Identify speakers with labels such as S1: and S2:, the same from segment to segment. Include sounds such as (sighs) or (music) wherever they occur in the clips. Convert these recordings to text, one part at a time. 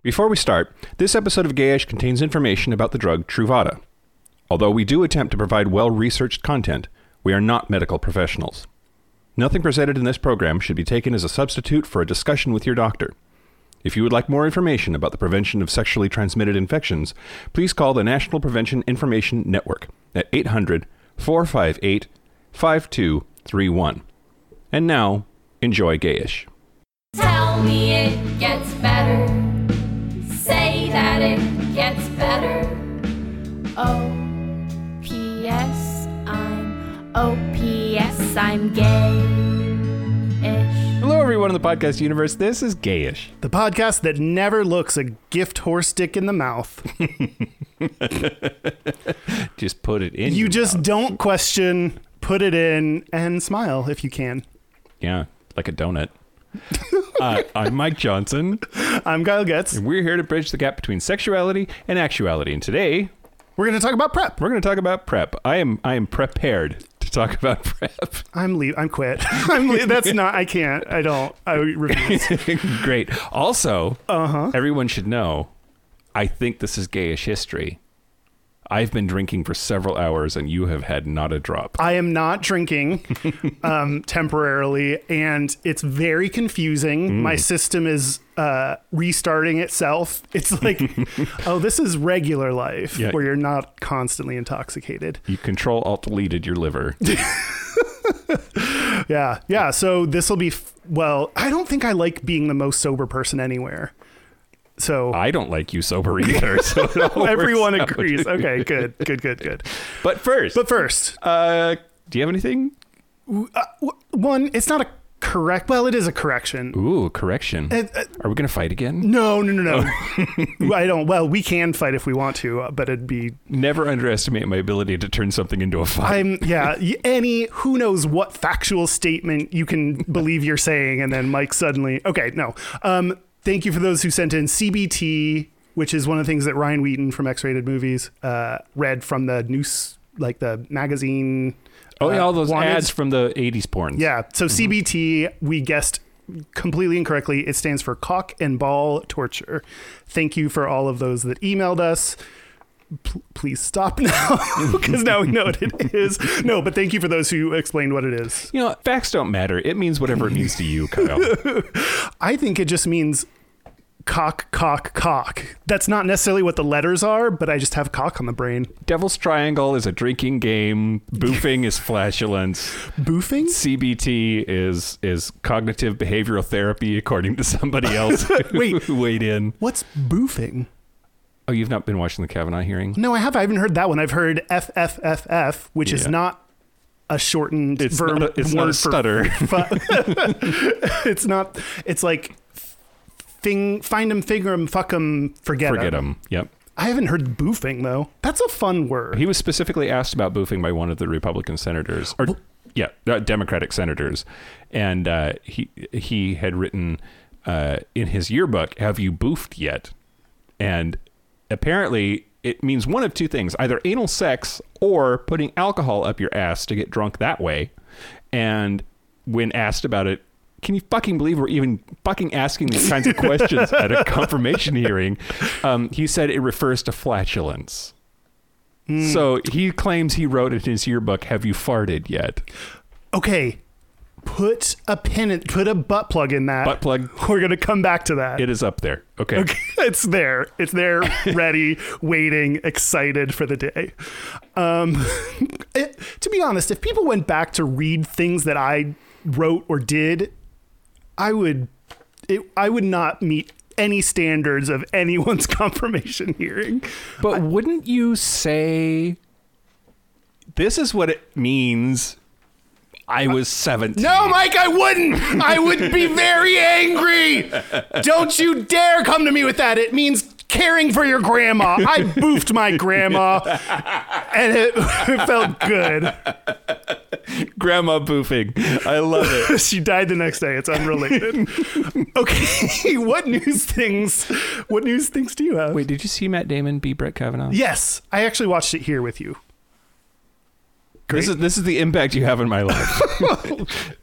S1: Before we start, this episode of Gayish contains information about the drug Truvada. Although we do attempt to provide well researched content, we are not medical professionals. Nothing presented in this program should be taken as a substitute for a discussion with your doctor. If you would like more information about the prevention of sexually transmitted infections, please call the National Prevention Information Network at 800 458 5231. And now, enjoy Gayish.
S2: Tell me it gets better. Say that it gets better. O P S I'm O P S I'm gay ish.
S1: Hello, everyone in the podcast universe. This is Gayish.
S3: The podcast that never looks a gift horse dick in the mouth.
S1: Just put it in.
S3: You
S1: your
S3: just
S1: mouth.
S3: don't question, put it in, and smile if you can.
S1: Yeah, like a donut. (laughs) uh, I'm Mike Johnson.
S3: I'm Kyle Getz.
S1: We're here to bridge the gap between sexuality and actuality. And today,
S3: We're going to talk about prep.
S1: we're going to talk about prep. I am I am prepared to talk (laughs) about prep.
S3: I'm leave. I'm quit. (laughs) I'm le- that's not. I can't. I don't. I refuse.
S1: Great. Also,
S3: Uh-huh.
S1: everyone should know. I think this is gayish history. I've been drinking for several hours, and you have had not a drop.
S3: I am not drinking (laughs) um, temporarily, and it's very confusing.
S1: Mm.
S3: My system is uh, restarting itself.
S1: (laughs)
S3: It's like, oh, this is regular life
S1: Yeah.
S3: where you're not constantly intoxicated.
S1: You control alt deleted your
S3: (laughs)
S1: liver.
S3: Yeah, yeah. So this will be f- well. I don't think I like being the most sober person anywhere. So
S1: (laughs) I don't like you sober either. So it all works
S3: everyone
S1: out.
S3: agrees. Okay, good, good, good, good.
S1: But first,
S3: But first, uh,
S1: uh, do you have anything?
S3: w- one, it's not a correct. Well, it is a correction.
S1: Ooh, correction.
S3: It- uh,
S1: Are we gonna fight again?
S3: no, no, no,
S1: (laughs)
S3: no. I don't. Well, we can fight if we want to, uh, but it'd be.
S1: Never underestimate my ability to turn something into a fight.
S3: I'm yeah. y- Any who knows what factual statement
S1: (laughs)
S3: you can believe you're saying, and then Mike suddenly. Okay, no. Um, thank you for those who sent in CBT, which is one of the things that Ryan Wheaton from X-rated movies uh, read from the news, like the magazine.
S1: oh yeah,
S3: uh,
S1: all those
S3: wanted.
S1: ads from the '80s porn.
S3: Yeah. So CBT, we guessed completely incorrectly. It stands for cock and ball torture. Thank you for all of those that emailed us. P- please stop
S1: (laughs)
S3: (laughs) now because now we know what it is. No, but thank you for those who explained what it is.
S1: You know, facts don't matter. It means whatever it means to you,
S3: (laughs)
S1: Kyle.
S3: I think it just means cock, cock, cock. That's not necessarily what the letters are, but I just have cock on the brain.
S1: Devil's Triangle is a drinking game. Boofing is flatulence.
S3: Boofing?
S1: CBT is is cognitive behavioral therapy, according to somebody else (laughs) who
S3: (laughs) Wait.
S1: weighed in.
S3: What's boofing?
S1: Oh, you've not been watching the Kavanaugh hearing?
S3: No, I have. I haven't heard that one. I've heard FFFF, which is
S1: Yeah.
S3: not a shortened
S1: It's
S3: verb.
S1: not a, it's
S3: word
S1: not a
S3: for
S1: stutter.
S3: fu- (laughs) it's not. It's like thing. Find 'em, figure 'em, fuck 'em, forget 'em.
S1: Forget him. Yep.
S3: I haven't heard boofing though. That's a fun word.
S1: He was specifically asked about boofing by one of the Republican senators, or yeah, uh, Democratic senators, and uh, he he had written uh, in his yearbook, "Have you boofed yet?" And apparently, it means one of two things: either anal sex or putting alcohol up your ass to get drunk that way. And when asked about it. Can you fucking believe we're even fucking asking these kinds of questions at a confirmation hearing? Um, he said it refers to flatulence. So he claims he wrote in his yearbook, "Have you farted yet?"
S3: Okay, put a pin. In, put a butt plug in that.
S1: Butt plug. (laughs)
S3: We're gonna come back to that.
S1: It is up there. Okay.
S3: Okay, (laughs) it's there. It's there, ready, waiting, excited for the day. Um, (laughs) it- to be honest, if people went back to read things that I wrote or did, I would, it, I would not meet any standards of anyone's (laughs) confirmation hearing.
S1: But wouldn't you say this is what it means? I was seventeen.
S3: No, Mike, I wouldn't. I would be very angry. Don't you dare come to me with that. It means caring for your grandma. I boofed my grandma, and it, it felt good. (laughs)
S1: grandma boofing. I love it.
S3: she died the next day. It's unrelated. okay, (laughs) what news things? What news things do you
S1: (laughs)
S3: have?
S1: Wait, did you see Matt Damon be Brett Kavanaugh?
S3: Yes, I actually watched it here with you.
S1: (laughs) This is this is the impact you have in my life.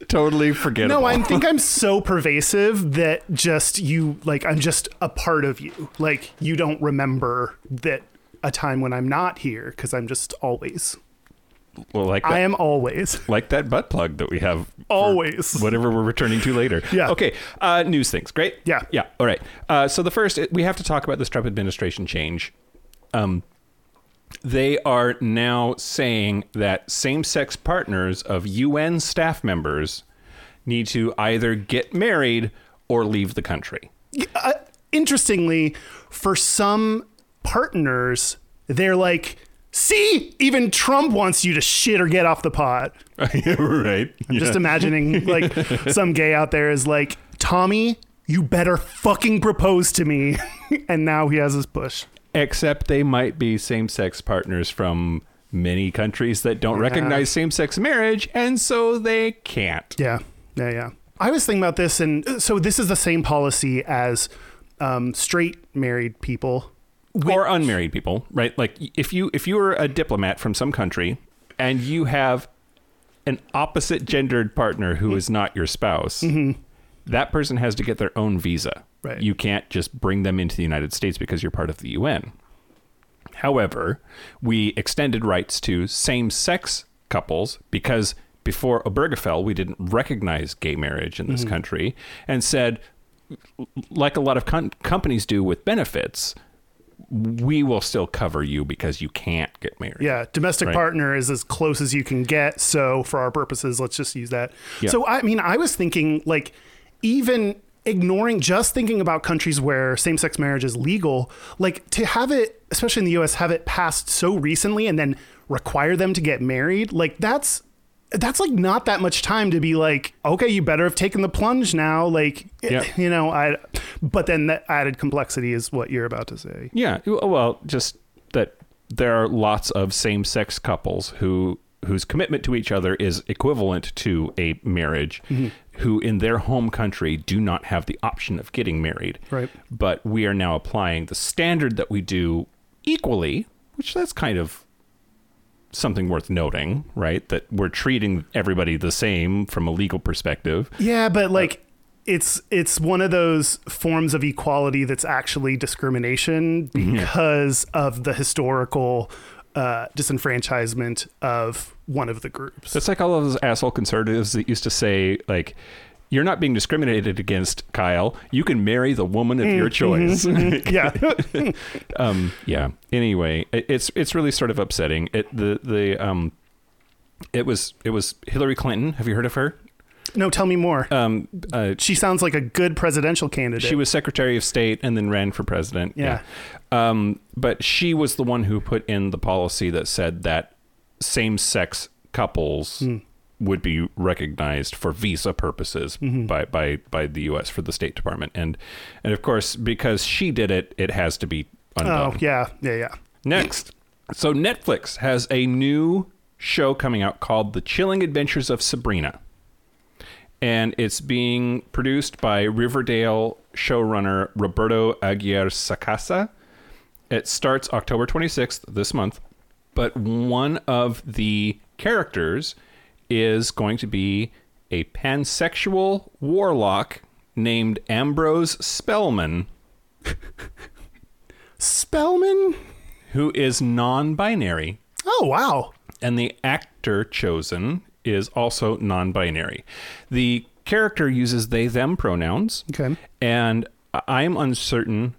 S1: totally forgettable.
S3: No, I think I'm so pervasive that just you, like, I'm just a part of you. Like, you don't remember that a time when I'm not here because I'm just always.
S1: well, like that,
S3: I am always.
S1: like that butt plug that we have. for
S3: Always. (laughs)
S1: Whatever we're returning to later.
S3: Yeah.
S1: Okay. Uh, news things. Great.
S3: Yeah.
S1: Yeah. All right. Uh, so the first, we have to talk about this Trump administration change. Um, they are now saying that same-sex partners of UN staff members need to either get married or leave the country.
S3: uh, interestingly, for some partners, they're like, see, even Trump wants you to shit or get off the pot.
S1: right.
S3: Just imagining (laughs) like some gay out there is like, Tommy, you better fucking propose to me. (laughs) and now he has his push.
S1: except they might be same sex partners from many countries that don't recognize same sex marriage, and so they can't.
S3: Yeah, yeah, yeah. I was thinking about this, and uh, so this is the same policy as um, straight married people.
S1: Or unmarried people, right? Like if you if you were a diplomat from some country and you have an opposite gendered partner who is not your spouse, that person has to get their own visa.
S3: Right.
S1: You can't just bring them into the United States because you're part of the UN. However, we extended rights to same sex couples because before Obergefell, we didn't recognize gay marriage in this country and said, like a lot of com- companies do with benefits, we will still cover you because you can't get married.
S3: Yeah, domestic
S1: Right.
S3: partner is as close as you can get. So for our purposes, let's just use that.
S1: Yeah.
S3: So I mean, I was thinking like even ignoring just thinking about countries where same-sex marriage is legal, like to have it especially in the US have it passed so recently and then require them to get married, like that's that's like not that much time to be like, okay, you better have taken the plunge now. Like,
S1: Yeah.
S3: you know, I, but then that added complexity is what you're about to say.
S1: Yeah. Well, just that there are lots of same-sex couples who whose commitment to each other is equivalent to a marriage who in their home country do not have the option of getting married.
S3: Right.
S1: But we are now applying the standard that we do equally, which that's kind of something worth noting, right? That we're treating everybody the same from a legal perspective.
S3: Yeah, but like it's it's one of those forms of equality that's actually discrimination
S1: Mm-hmm.
S3: because of the historical uh, disenfranchisement of one of the groups.
S1: That's like all of those asshole conservatives that used to say, like, you're not being discriminated against, Kyle. You can marry the woman of your choice. (laughs)
S3: (laughs) (laughs) yeah,
S1: um, yeah. Anyway, it, it's it's really sort of upsetting. It the the um, it was it was Hillary Clinton. Have you heard of her?
S3: no, tell me more.
S1: Um, uh,
S3: she sounds like a good presidential candidate.
S1: she was Secretary of State and then ran for president.
S3: Yeah.
S1: Yeah. Um, but she was the one who put in the policy that said that same sex couples
S3: Hmm.
S1: would be recognized for visa purposes
S3: Mm-hmm.
S1: by, by, by the U.S. for the State Department. And, and of course, because she did it, it has to be undone.
S3: Oh yeah, yeah, yeah.
S1: Next. So Netflix has a new show coming out called The Chilling Adventures of Sabrina. And it's being produced by Riverdale showrunner Roberto Aguirre Sacasa. It starts October 26th this month, but one of the characters is going to be a pansexual warlock named Ambrose Spellman.
S3: Spellman.
S1: who is non binary,
S3: Oh wow.
S1: and the actor chosen is also non binary. The character uses they them pronouns.
S3: Okay.
S1: And I- I'm uncertain.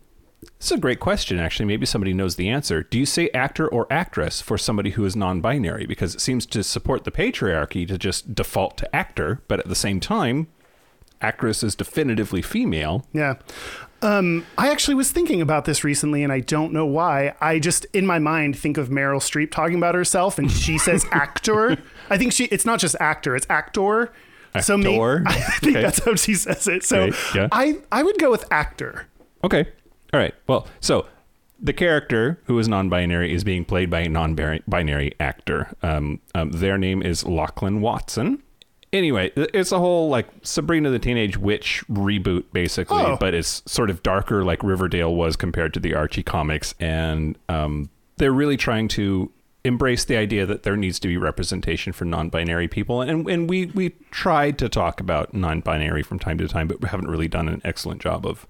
S1: This is a great question, actually. Maybe somebody knows the answer. Do you say actor or actress for somebody who is non binary? Because it seems to support the patriarchy to just default to actor, but at the same time, actress is definitively female.
S3: Yeah. Um, I actually was thinking about this recently, and I don't know why. I just, in my mind, think of Meryl Streep talking about herself, and
S1: (laughs)
S3: she says actor. I think she, it's not just actor, it's actor. So me,
S1: Actor?
S3: (laughs) I think
S1: Okay.
S3: that's how she says it. So
S1: Okay, yeah.
S3: I, I would go with actor.
S1: Okay. All right. Well, so the character who is non-binary is being played by a non-binary actor. Um, um, their name is Lachlan Watson. Anyway, th- it's a whole like Sabrina the Teenage Witch reboot, basically,
S3: Oh.
S1: but it's sort of darker, like Riverdale was compared to the Archie comics, and um, they're really trying to embrace the idea that there needs to be representation for non-binary people, and and we we tried to talk about non-binary from time to time, but we haven't really done an excellent job of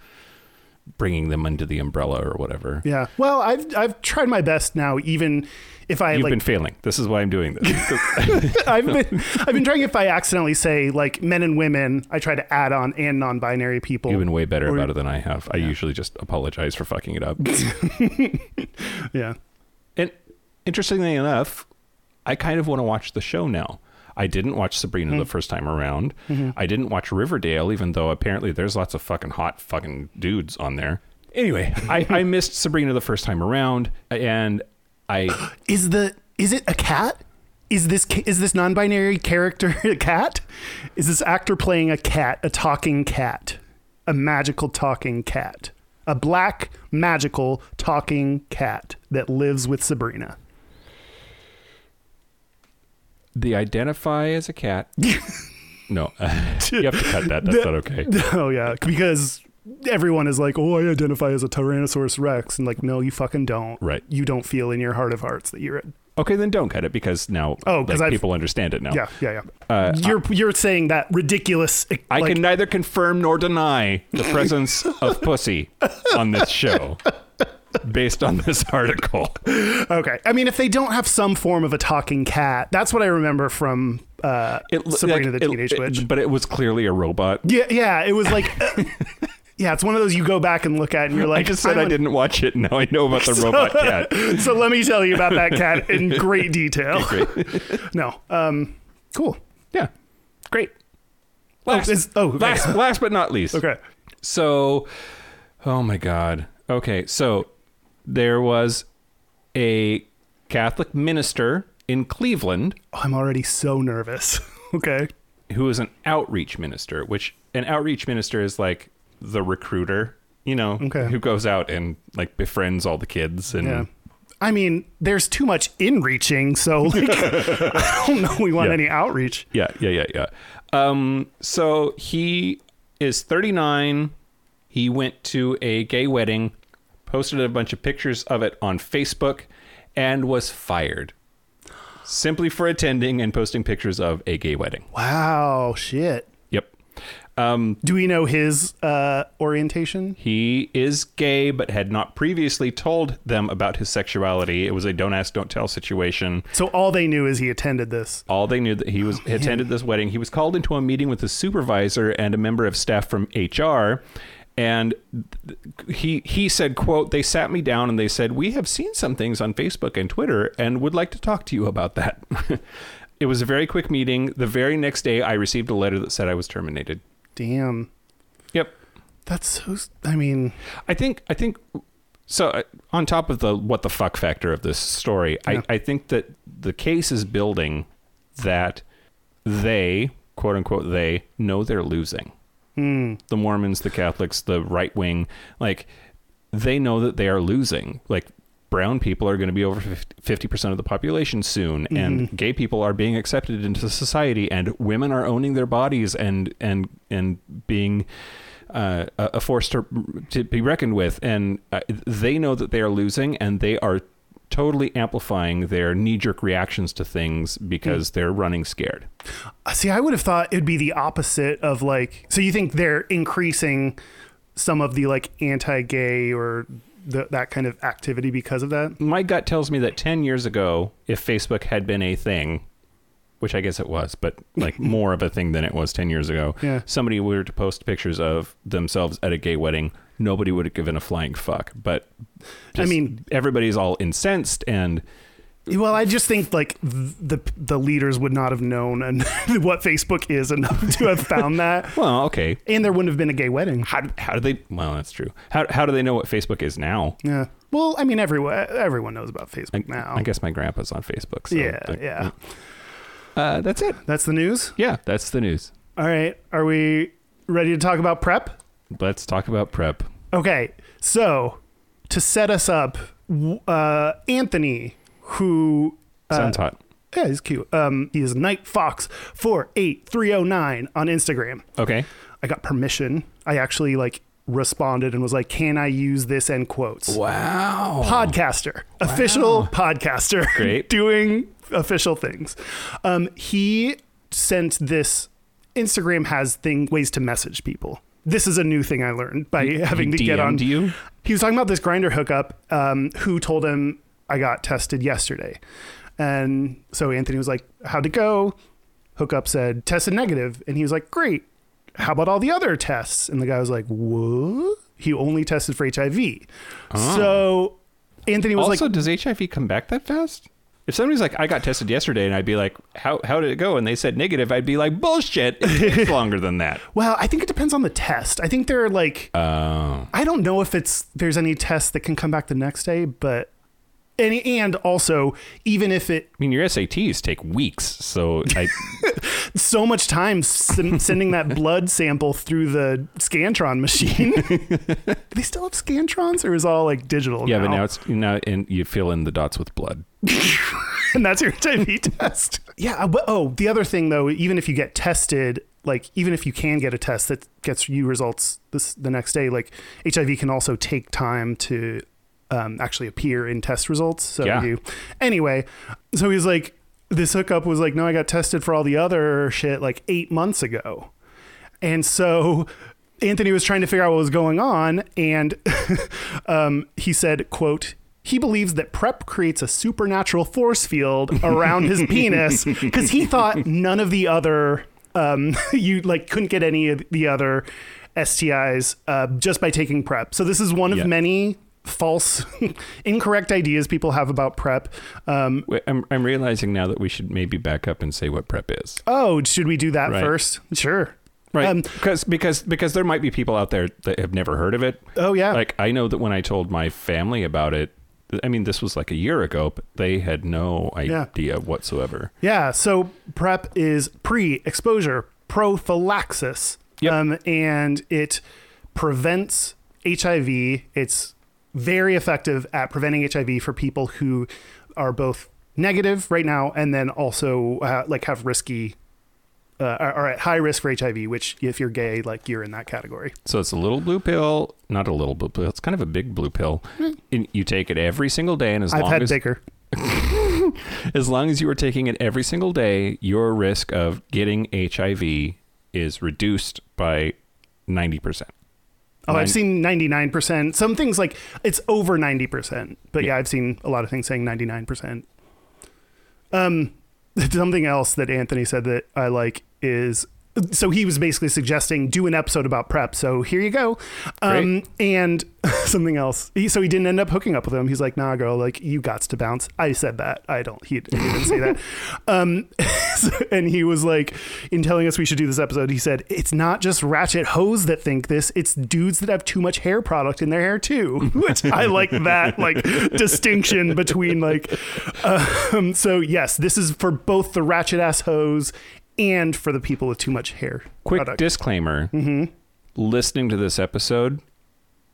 S1: bringing them under the umbrella or whatever.
S3: Yeah. Well, I've I've tried my best now, even if I
S1: You've
S3: like
S1: been failing. This is why I'm doing this.
S3: (laughs)
S1: (laughs)
S3: I've been I've been trying if I accidentally say like men and women, I try to add on and non-binary people.
S1: You've been way better
S3: Or-
S1: about it than I have. I usually just apologize for fucking it
S3: (laughs)
S1: up.
S3: yeah.
S1: And interestingly enough, I kind of want to watch the show now. I didn't watch Sabrina
S3: Mm-hmm.
S1: the first time around. I didn't watch Riverdale, even though apparently there's lots of fucking hot fucking dudes on there. Anyway, I,
S3: (laughs)
S1: I missed Sabrina the first time around, and
S3: (laughs)
S1: I
S3: Is the is it a cat? Is this ca- is this non-binary character (laughs) a cat? Is this actor playing a cat, a talking cat, a magical talking cat, a black magical talking cat that lives with Sabrina? (laughs)
S1: the identify as a
S3: (laughs)
S1: cat. no, (laughs) you have to cut that. That's not okay.
S3: Oh yeah, because everyone is like, "Oh, I identify as a Tyrannosaurus Rex," and like, no, you fucking don't.
S1: Right.
S3: You don't feel in your heart of hearts that you're. A,
S1: Okay, then don't cut it because now
S3: Oh, 'cause
S1: like,
S3: I've-
S1: people understand it now.
S3: yeah, yeah, yeah. you're you're saying that ridiculous.
S1: Uh, I
S3: like,
S1: can neither confirm nor deny
S3: (laughs)
S1: the presence of pussy on this show based on this article.
S3: Okay. I mean, if they don't have some form of a talking cat, that's what I remember from uh,
S1: It lo-
S3: Sabrina
S1: like,
S3: the
S1: it-
S3: Teenage
S1: it-
S3: Witch.
S1: But it was clearly a robot.
S3: yeah, yeah. It was like, uh,
S1: (laughs)
S3: yeah, it's one of those you go back and look at and you're like,
S1: I just said
S3: I'm
S1: I
S3: an-
S1: didn't watch it. Now I know about
S3: (laughs)
S1: the robot cat.
S3: so let me tell you about
S1: (laughs)
S3: that cat in great detail. no. Um, cool.
S1: Yeah. Great. Last,
S3: it's- oh, okay.
S1: last, last but not least.
S3: Okay.
S1: So, oh my God. Okay. So there was a Catholic minister in Cleveland
S3: Oh, I'm already so nervous. (laughs) okay.
S1: who is an outreach minister, which an outreach minister is like the recruiter, you know,
S3: Okay.
S1: who goes out and like befriends all the kids and
S3: Yeah. I mean, there's too much in
S1: (laughs)
S3: reaching, so like, I don't know. We want
S1: Yeah.
S3: any outreach.
S1: yeah, yeah, yeah, yeah. Um, so he is 39. He went to a gay wedding, posted a bunch of pictures of it on Facebook, and was fired simply for attending and posting pictures of a gay wedding.
S3: Wow. Shit.
S1: Yep. Um,
S3: Do we know his uh, orientation?
S1: He is gay, but had not previously told them about his sexuality. It was a don't ask, don't tell situation.
S3: So all they knew is he attended this.
S1: All they knew that he was attended this wedding. He was called into a meeting with his supervisor and a member of staff from HR, and th- he he said, "quote They sat me down and they said we have seen some things on Facebook and Twitter and would like to talk to you about that." (laughs) it was a very quick meeting. The very next day, I received a letter that said I was terminated.
S3: Damn.
S1: Yep.
S3: That's so. s- I mean,
S1: I think I think so. uh, On top of the what the fuck factor of this story,
S3: Yeah.
S1: I, I think that the case is building that they quote unquote they know they're losing. The Mormons, the Catholics, the right wing, like they know that they are losing. Like brown people are going to be over fifty percent of the population soon, and gay people are being accepted into society, and women are owning their bodies and and and being uh, a a force to to be reckoned with. And uh, they know that they are losing, and they are totally amplifying their knee jerk reactions to things because they're running scared.
S3: uh, see, I would have thought it'd be the opposite of like. So you think they're increasing some of the like anti-gay or th that kind of activity because of that?
S1: my gut tells me that 10 years ago, if Facebook had been a thing, which I guess it was, but
S3: (laughs)
S1: like more of a thing than it was 10 years ago,
S3: Yeah.
S1: somebody were to post pictures of themselves at a gay wedding, nobody would have given a flying fuck. But
S3: I
S1: just
S3: mean-
S1: everybody's all incensed and
S3: Well, I just think like th- the the leaders would not have known and (laughs) what Facebook is enough to have found that,
S1: well, okay.
S3: and there wouldn't have been a gay wedding.
S1: How, do- how do they? Well, that's true. How, how do they know what Facebook is now?
S3: Yeah. Well, I mean, everyone everyone knows about Facebook
S1: I,
S3: now.
S1: I guess my grandpa's on Facebook. So
S3: Oh. Yeah,
S1: like,
S3: yeah.
S1: Uh, that's it.
S3: That's the news.
S1: Yeah, that's the news.
S3: All right. Are we ready to talk about prep?
S1: Let's talk about prep.
S3: Okay, so to set us up, w- uh, Anthony, who uh,
S1: Sounds hot.
S3: yeah, he's cute. Um, he is Night Fox four eight three zero oh nine on Instagram.
S1: Okay.
S3: I got permission. I actually like responded and was like, "Can I use this?" End quotes.
S1: Wow.
S3: Podcaster, official podcaster, (laughs)
S1: Great.
S3: doing official things. Um, he sent this. Instagram has thing ways to message people. This is a new thing I learned by having to get on
S1: DM'd you?
S3: he was talking about this grinder hookup um, who told him i got tested yesterday and so anthony was like how'd it go hookup said tested negative and he was like great how about all the other tests and the guy was like what he only tested for hiv so anthony was
S1: Oh. Also,
S3: like
S1: does HIV come back that fast? If somebody's like, I got tested yesterday, and I'd be like, how, how did it go? And they said negative, I'd be like, bullshit. It (laughs) takes longer than that.
S3: well i think it depends on the test i think there are like
S1: Oh.
S3: I don't know if it's there's any tests that can come back the next day, but and and also even if it
S1: I mean, your SATs take weeks, so (laughs) I,
S3: so much time (laughs) sim- sending that blood sample through the Scantron machine. (laughs) Do they still have Scantrons, or is all like digital?
S1: yeah.
S3: now?
S1: But now it's now, and you fill in the dots with blood.
S3: (laughs) and that's your HIV test. (laughs) Yeah. uh, But, oh, the other thing though, even if you get tested, like even if you can get a test that gets you results this the next day, like HIV can also take time to um, actually appear in test results. So
S1: Yeah.
S3: you, anyway, so he's like, this hookup was like, no, I got tested for all the other shit like eight months ago, and so. Anthony was trying to figure out what was going on, and (laughs) um, he said, quote, he believes that prep creates a supernatural force field
S1: (laughs)
S3: around his penis because he thought none of the other um, (laughs) you like couldn't get any of the other STIs uh, just by taking prep. So this is one of
S1: Yeah.
S3: many false, (laughs) incorrect ideas people have about prep. Um,
S1: Wait, I'm, I'm realizing now that we should maybe back up and say what prep is.
S3: oh, should we do that
S1: Right.
S3: first? Sure.
S1: Right.
S3: Um,
S1: because because because there might be people out there that have never heard of it.
S3: Oh, yeah.
S1: Like I know that when I told my family about it, I mean this was like a year ago, but they had no
S3: Yeah.
S1: idea whatsoever.
S3: Yeah, so PrEP is pre exposure prophylaxis. um,
S1: Yep.
S3: and it prevents HIV. It's very effective at preventing HIV for people who are both negative right now and then also uh, like have risky uh, are are at high risk for HIV, which if you're gay, like you're in that category.
S1: So it's a little blue pill, not a little blue pill. It's kind of a big blue pill. And you take it every single day, and as
S3: I've
S1: long
S3: had
S1: as
S3: bigger.
S1: as long as you are taking it every single day, your risk of getting HIV is reduced by ninety percent.
S3: Oh,
S1: Nine-
S3: I've seen 99%. Some things like it's over 90%. But yeah,
S1: Yeah.
S3: I've seen a lot of things saying 99%. Um (laughs) something else that Anthony said that I like is so he was basically suggesting do an episode about prep. So here you go. Um and (laughs) something else. He, so he didn't end up hooking up with him. He's like, "Nah, girl, like you gots to bounce." I said that. I don't he, he didn't say that. Um (laughs) and he was like in telling us we should do this episode he said it's not just ratchet hoes that think this it's dudes that have too much hair product in their hair too (laughs) which i like that like distinction between like um, so yes this is for both the ratchet ass hoes and for the people with too much hair
S1: Quick
S3: product. Mm-hmm.
S1: disclaimer: listening to this episode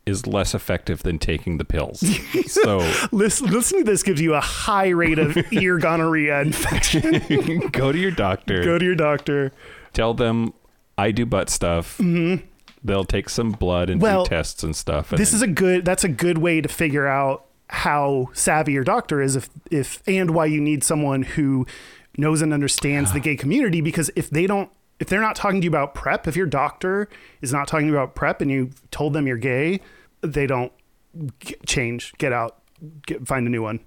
S1: is less effective than taking the
S3: (laughs)
S1: pills. so (laughs)
S3: Listen, listening to this gives you a high rate of ear gonorrhea infection.
S1: go to your doctor.
S3: Go to your doctor.
S1: tell them I do butt stuff. They'll take some blood and
S3: Mm-hmm. Well,
S1: do tests and stuff. And
S3: this is a good that's a good way to figure out how savvy your doctor is if if and why you need someone who knows and understands the gay community because if they don't if they're not talking to you about prep if your doctor is not talking to you about prep and you told them you're gay they don't g- change get out get, find a new one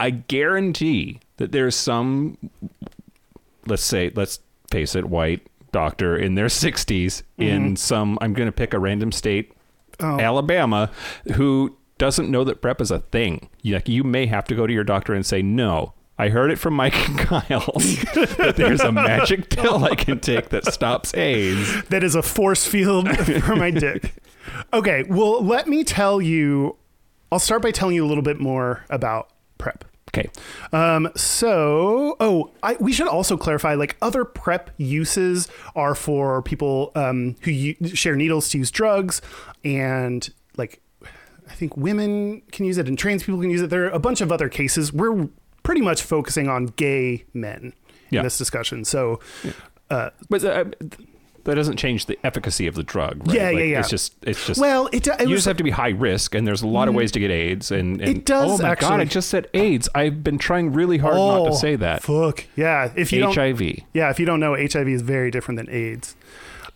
S1: I guarantee that there's some, let's say, let's face it, white doctor in their (laughs) 60s
S3: Mm-hmm.
S1: in some, I'm going to pick a random state,
S3: Oh.
S1: Alabama, who doesn't know that PrEP is a thing. You- Like, you may have to go to your doctor and say, no. I heard it from Mike and (laughs) Kyle that there's a
S3: (laughs)
S1: magic pill I can take that stops AIDS.
S3: that is a force field (laughs) for my dick. Okay, well, let me tell you. I'll start by telling you a little bit more about prep.
S1: Okay.
S3: Um, so, oh, I, we should also clarify like other prep uses are for people um, who u- share needles to use drugs, and like I think women can use it and trans people can use it. There are a bunch of other cases. We're pretty much focusing on gay men
S1: Yeah.
S3: in this discussion. So,
S1: But uh, th- that doesn't change the efficacy of the drug. Right?
S3: Yeah,
S1: Like,
S3: yeah, yeah.
S1: It's just, it's just.
S3: Well, it, it
S1: you
S3: was Mm-hmm.
S1: just have to be high risk, and there's a lot of ways to get AIDS. And, and
S3: It does,
S1: Oh my god!
S3: actually.
S1: I just said AIDS. I've been trying really hard not
S3: Oh,
S1: to say that.
S3: Fuck yeah! If you don't,
S1: HIV.
S3: yeah, if you don't know, HIV is very different than AIDS.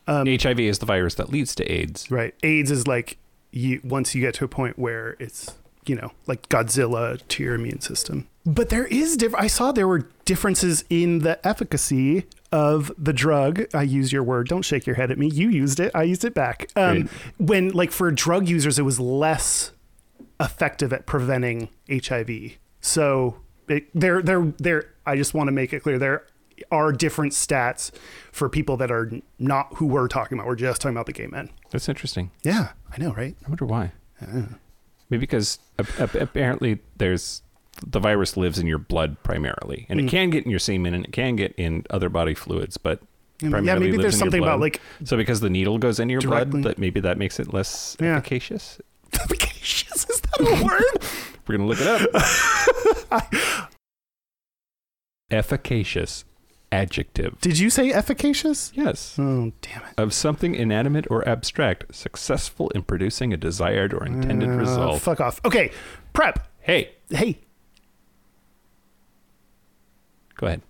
S1: HIV is the virus that leads to AIDS.
S3: um, Right. AIDS is like you once you get to a point where it's you know like Godzilla to your immune system. But there is diff- I saw there were differences in the efficacy of the drug. I use your word. Don't shake your head at me. You used it. I used it back. Um,
S1: Great.
S3: When like for drug users, it was less effective at preventing HIV. So it, there, there, there. I just want to make it clear there are different stats for people that are not who we're talking about. We're just talking about the gay men.
S1: That's interesting.
S3: Yeah, I know, right?
S1: I wonder why. Maybe because ap- ap- apparently there's the virus lives in your blood primarily,
S3: Mm.
S1: and it can get in your semen, and it can get in other body fluids, but
S3: Yeah,
S1: primarily
S3: maybe
S1: lives
S3: there's
S1: in your
S3: something about,
S1: blood.
S3: like-
S1: so because the needle goes into your
S3: Directly.
S1: blood, that maybe that makes it less (laughs)
S3: Yeah.
S1: efficacious.
S3: Efficacious is that a (laughs) word?
S1: We're gonna look it
S3: (laughs)
S1: up. efficacious adjective.
S3: Did you say efficacious?
S1: Yes.
S3: Oh, damn it.
S1: Of something inanimate or abstract, successful in producing a desired or intended
S3: Uh,
S1: result.
S3: Fuck off. Okay, prep.
S1: Hey,
S3: Hey,
S1: go ahead.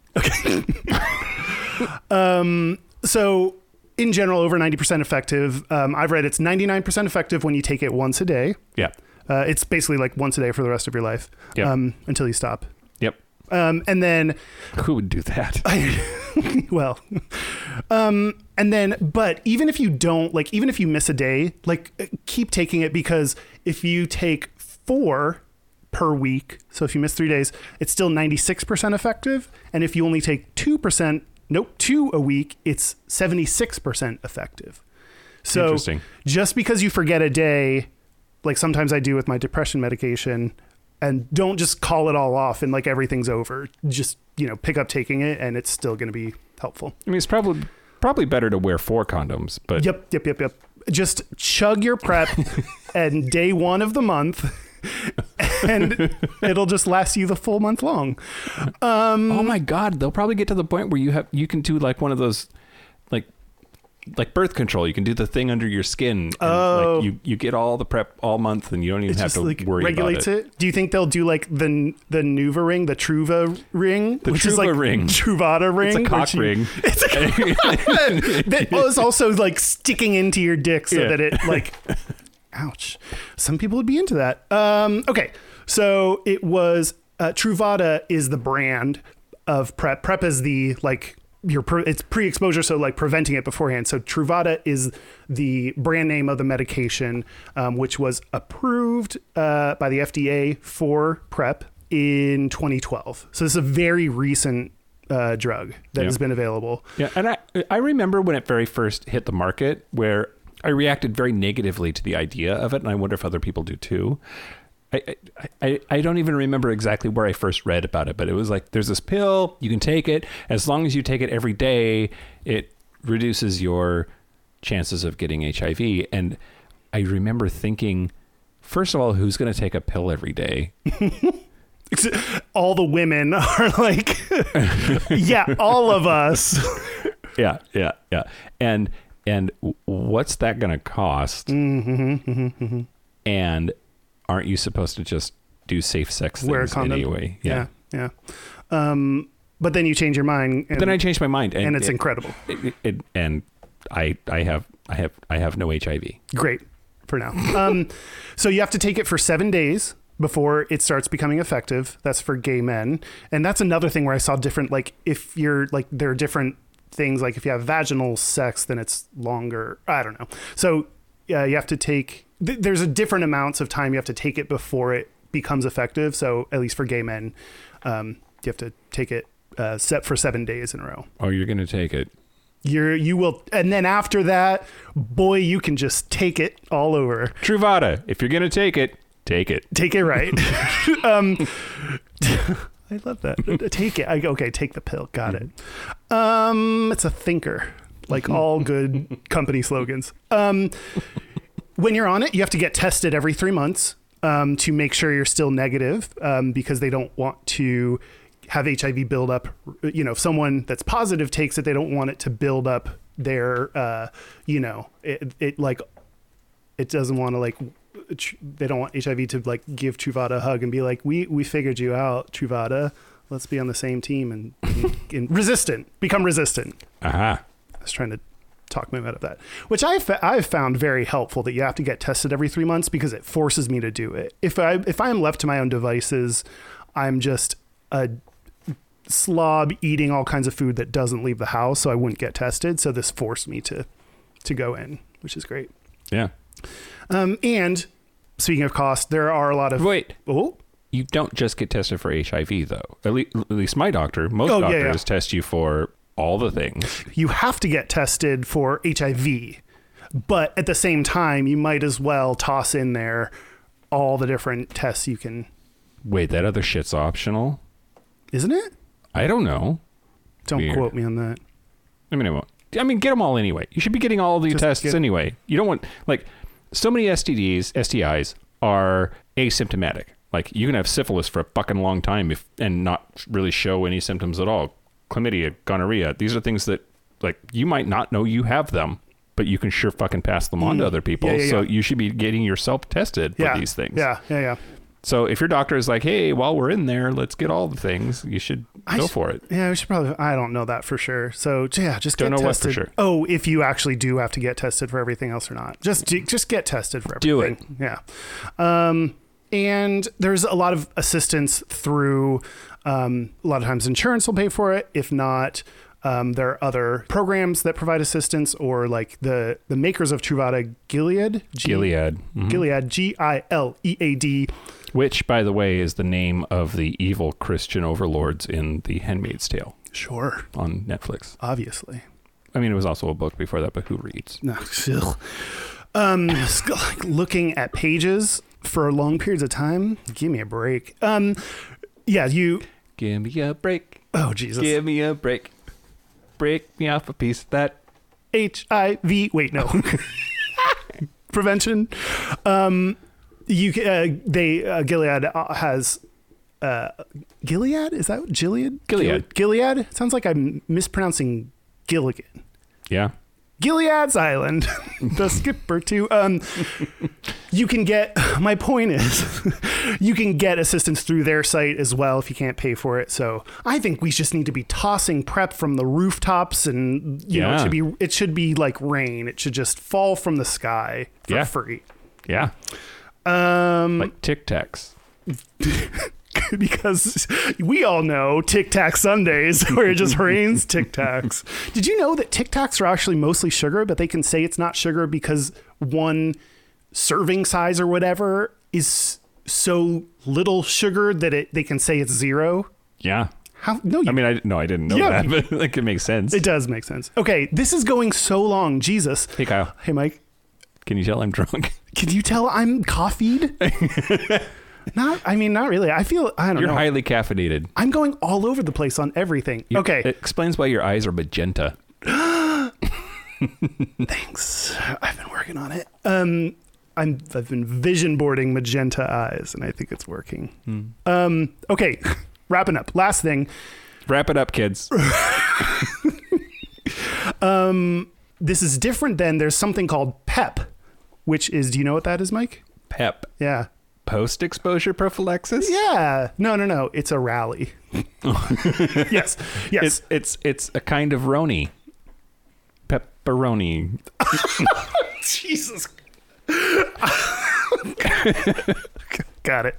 S1: (laughs)
S3: um, so in general, over 90% effective. Um, I've read it's 99% effective when you take it once a day.
S1: Yeah.
S3: Uh, it's basically like once a day for the rest of your life
S1: Yep.
S3: um, until you stop.
S1: Yep.
S3: Um, and then
S1: Who would do that?
S3: (laughs) well um and then but even if you don't like even if you miss a day like uh, keep taking it because if you take four per week so if you miss three days it's still 96% effective and if you only take 2% nope two a week it's 76% effective so
S1: Interesting.
S3: just because you forget a day like sometimes i do with my depression medication and don't just call it all off and like everything's over just you know pick up taking it and it's still going to be helpful
S1: I mean, it's probably probably better to wear four condoms, but
S3: Yep, yep, yep, yep. Just chug
S1: (laughs)
S3: your prep and day one of the month, and it'll just last you the full month long.
S1: oh my god, they'll probably get to the point where you have you can do like one of those, like like birth control. You can do the thing under your skin. And
S3: Oh.
S1: like you you get all the prep all month, and you don't even
S3: It
S1: have
S3: just
S1: to
S3: like
S1: worry
S3: regulates
S1: about it.
S3: it. Do you think they'll do like the the Nuva ring, the Truva ring, the
S1: Truva ring.
S3: Truvada ring,
S1: It's a
S3: which
S1: cock
S3: you- (laughs)
S1: ring. (laughs)
S3: that was also like sticking into your dick so
S1: Yeah. (laughs)
S3: that it like ouch some people would be into that um okay so it was uh, truvada is the brand of prep prep is the like your pre- it's pre-exposure so like preventing it beforehand so truvada is the brand name of the medication um, which was approved uh, by the fda for prep in 2012 so this is a very recent uh, drug that
S1: Yeah.
S3: has been available
S1: Yeah, and I I remember when it very first hit the market where I reacted very negatively to the idea of it, and I wonder if other people do too. I, I- I, I don't even remember exactly where I first read about it, but it was like there's this pill you can take it as long as you take it every day, it reduces your chances of getting HIV. And I remember thinking, first of all, who's going to take a pill every day?
S3: all the women (laughs) are like, yeah, all
S1: (laughs)
S3: of us.
S1: yeah, yeah, yeah. And and w- what's that going to cost? Mm-hmm, And aren't you supposed to just do safe sex
S3: Wear a
S1: things
S3: condom.
S1: anyway? Yeah.
S3: yeah, yeah. Um, but then you change your mind, and,
S1: Then I changed my mind, and,
S3: and it's
S1: it-
S3: incredible.
S1: it- it- it- and I I have I have I have no HIV.
S3: Great for now. Um, so you have to take it for seven days before it starts becoming effective. That's for gay men, and that's another thing where I saw different. Like if you're like there are different things. Like if you have vaginal sex, then it's longer. I don't know. So uh, you have to take. Th- there's a different amounts of time you have to take it before it becomes effective. So at least for gay men, um, you have to take it uh, set for seven days in a row
S1: Oh, you're going to take it.
S3: you're you will and then after that boy you can just take it all over
S1: Truvada, if you're going to take it, take it.
S3: take it right um (laughs) i love that Uh, take it I, okay take the pill got it um it's a thinker like all good company slogans um when you're on it you have to get tested every three months um, to make sure you're still negative um, because they don't want to have hiv build up you know if someone that's positive takes it they don't want it to build up their uh, you know it, it like it doesn't want to like tr- they don't want hiv to like give truvada a hug and be like we we figured you out truvada let's be on the same team and, and, and resistant become resistant
S1: Uh-huh.
S3: i was trying to talk me out of that which i fa- i've found very helpful that you have to get tested every three months because it forces me to do it if i if i'm left to my own devices i'm just a slob eating all kinds of food that doesn't leave the house so i wouldn't get tested so this forced me to to go in which is great
S1: Yeah.
S3: um, and speaking of cost, there are a lot of
S1: Wait.
S3: Oh,
S1: You don't just get tested for HIV though. At, le- at least my doctor, most
S3: Oh, yeah,
S1: doctors
S3: yeah.
S1: test you for all the things.
S3: you have to get tested for HIV, but at the same time, you might as well toss in there all the different tests you can,
S1: Wait, that other shit's optional?
S3: isn't it?
S1: I don't know.
S3: Don't
S1: Weird.
S3: quote me on that.
S1: I mean, I won't. I mean, get them all anyway. You should be getting all the
S3: Just
S1: tests
S3: get-
S1: anyway. You don't want like so many STDs, STIs are asymptomatic. Like you can have syphilis for a fucking long time if, and not really show any symptoms at all. Chlamydia, gonorrhea, these are things that like you might not know you have them, but you can sure fucking pass them on to other people.
S3: Mm. Yeah, yeah,
S1: so
S3: yeah.
S1: you should be getting yourself tested
S3: Yeah,
S1: for these things.
S3: Yeah, yeah, yeah.
S1: So if your doctor is like, "Hey, while we're in there, let's get all the things," you should
S3: I
S1: go
S3: s-
S1: for it.
S3: Yeah, we should probably. I don't know that for sure. So yeah, just
S1: Don't
S3: get
S1: know what for
S3: tested.
S1: sure.
S3: Oh, if you actually do have to get tested for everything else or not, just do, just get tested for everything.
S1: Do
S3: Yeah. Um, and there's a lot of assistance through. Um, a lot of times, insurance will pay for it. If not. Um, there are other programs that provide assistance, or like the the makers of Truvada Gilead, G-
S1: Gilead. Mhm.
S3: Gilead, G I L E A D.
S1: Which, by the way, is the name of the evil Christian overlords in The Handmaid's Tale
S3: Sure,
S1: on Netflix.
S3: obviously.
S1: I mean, it was also a book before that, but who reads?
S3: No, ugh. um, just, like looking at pages for long periods of time. Give me a break. Um, yeah, you.
S1: Give me a break.
S3: Oh Jesus.
S1: Give me a break. Break me off a piece of that.
S3: HIV. Wait, no. (laughs) Prevention. Um, you ca- uh, they uh, Gilead uh, has. Uh, Gilead is that Gilead?
S1: Gilead.
S3: Gilead sounds like I'm mispronouncing Gilligan.
S1: Yeah.
S3: Gilead's Island, (laughs) the skipper too. Um, (laughs) you can get. (laughs) My point is, (laughs) you can get assistance through their site as well if you can't pay for it. So I think we just need to be tossing prep from the rooftops, and you know, it
S1: Yeah.
S3: should be it should be like rain. It should just fall from the sky for
S1: Yeah.
S3: free.
S1: Yeah.
S3: Um,
S1: Like Tic Tacs.
S3: (laughs) because we all know Tic Tac Sundays (laughs) where it just rains Tic Tacs. Did you know that Tic Tacs are actually mostly sugar, but they can say it's not sugar because one serving size or whatever is so little sugar that it they can say it's zero?
S1: Yeah.
S3: How? No, you,
S1: I mean, I no, I didn't know
S3: Yeah.
S1: that, (laughs) but like it makes sense.
S3: it does make sense. Okay, this is going so long, Jesus.
S1: hey, Kyle,
S3: Hey, Mike,
S1: can you tell I'm drunk? (laughs)
S3: can you tell I'm coffeed? not, I mean, not really. I feel I don't
S1: You're
S3: know.
S1: highly caffeinated.
S3: I'm going all over the place on everything.
S1: You-
S3: okay.
S1: It explains why your eyes are magenta.
S3: Thanks. (sighs) I've been working on it. Um, I'm I've been vision boarding magenta eyes, and I think it's working. Um, okay, wrapping up. Last thing.
S1: Wrap it up,
S3: (laughs)
S1: kids.
S3: This is different than there's something called PEP, which is. Do you know what that is, Mike?
S1: Pep.
S3: Yeah.
S1: Post exposure prophylaxis?
S3: Yeah. No, no, no. It's a rally. yes. Yes.
S1: It's it's it's a kind of roni. Pepperoni.
S3: Jesus. Got it.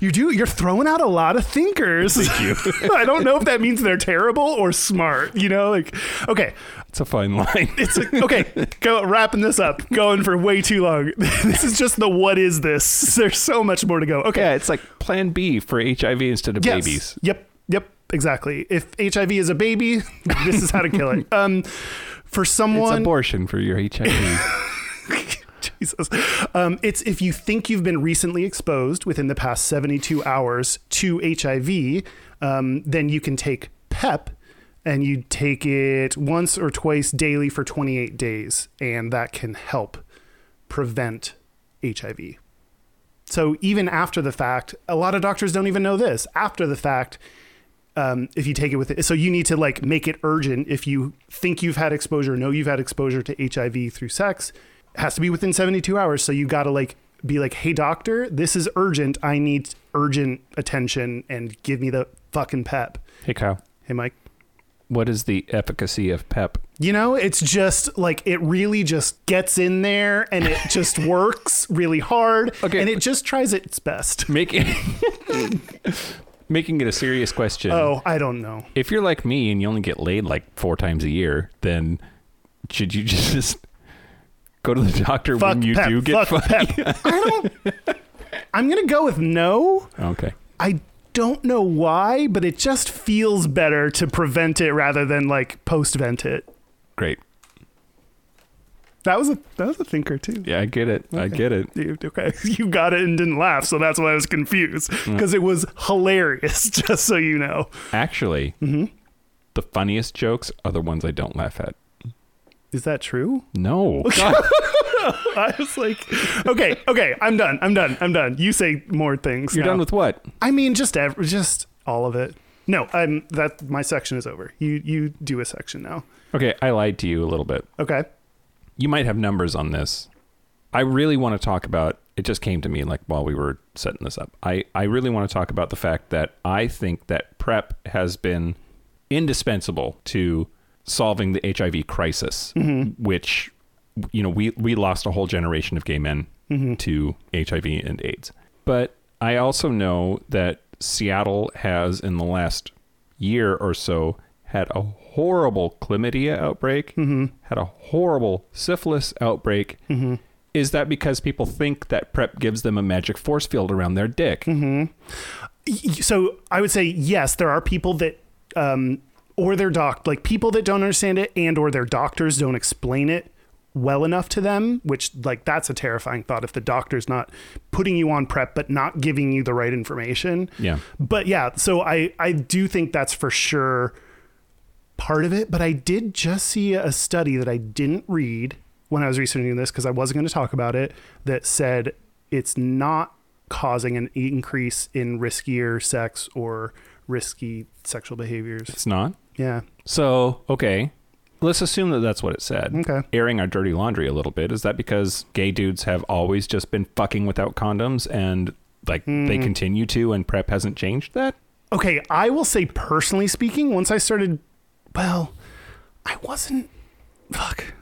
S3: You do. You're throwing out a lot of thinkers. Thank you. (laughs) I don't know if that means they're terrible or smart. You know, like okay,
S1: It's a fine (laughs) line.
S3: it's okay. Go wrapping this up. Going for way too long. (laughs) this is just the what is this? There's so much more to go. Okay.
S1: yeah, it's like Plan B for HIV instead of
S3: Yes.
S1: babies.
S3: Yep. Yep. Exactly. If HIV is a baby, this is how to kill it. (laughs) Um, for
S1: It's
S3: someone,
S1: abortion for your
S3: (laughs)
S1: HIV.
S3: Jesus. Um, it's if you think you've been recently exposed within the past 72 hours to HIV, um, then you can take PEP and you take it once or twice daily for 28 days, and that can help prevent HIV. So even after the fact, a lot of doctors don't even know this. After the fact, um, if you take it with it. So you need to like make it urgent if you think you've had exposure, know you've had exposure to HIV through sex. It has to be within 72 hours. So you got to like be like, hey, doctor, this is urgent. I need urgent attention and give me the fucking pep.
S1: Hey, Kyle.
S3: Hey, Mike.
S1: What is the efficacy of PEP?
S3: You know, it's just like it really just gets in there and it
S1: (laughs)
S3: just works really hard.
S1: Okay.
S3: And it just tries its best.
S1: Making (laughs) making it a serious question.
S3: Oh, I don't know.
S1: If you're like me and you only get laid like four times a year, then should you (laughs) just go to the doctor
S3: Fuck
S1: when you
S3: pep,
S1: do get
S3: fuck
S1: fucked?
S3: pep. I don't.
S1: (laughs)
S3: I'm gonna go with no.
S1: Okay.
S3: I don't know why, but it just feels better to prevent it rather than like post vent it.
S1: Great.
S3: That was a that was a thinker too.
S1: Yeah, I get it. I get it.
S3: Dude, okay, (laughs) you got it and didn't laugh, so that's why I was confused because it was hilarious. (laughs) Just so you know,
S1: Actually,
S3: Mm-hmm.
S1: the funniest jokes are the ones I don't laugh at.
S3: is that true? (laughs)
S1: No. God.
S3: I was like, okay, okay, I'm done, I'm done, I'm done. You say more things.
S1: You're
S3: now.
S1: done with what?
S3: I mean, just ev- just all of it. No, I'm that my section is over. You you do a section now.
S1: Okay, I lied to you a little bit.
S3: Okay.
S1: You might have numbers on this. I really want to talk about it just came to me like while we were setting this up. I, I really want to talk about the fact that I think that prep has been indispensable to solving the HIV crisis, which you know, we we lost a whole generation of gay men to HIV and AIDS. But I also know that Seattle has in the last year or so had a horrible chlamydia outbreak,
S3: Mm-hmm.
S1: had a horrible syphilis outbreak. Is that because people think that PrEP gives them a magic force field around their dick?
S3: Mm-hmm. Y- y- So I would say yes, there are people that um or their doc like people that don't understand it and or their doctors don't explain it well enough to them, which like that's a terrifying thought if the doctor's not putting you on prep but not giving you the right information.
S1: Yeah.
S3: But yeah, so I I do think that's for sure part of it, but I did just see a study that I didn't read when I was researching this because I wasn't going to talk about it that said it's not causing an increase in riskier sex or risky sexual behaviors.
S1: It's not.
S3: Yeah.
S1: So, okay. Let's assume that that's what it said.
S3: Okay.
S1: Airing our dirty laundry a little bit. Is that because gay dudes have always just been fucking without condoms and like they
S3: Mm-hmm.
S1: continue to and prep hasn't changed that?
S3: Okay, I will say personally speaking, once I started well, I wasn't fuck.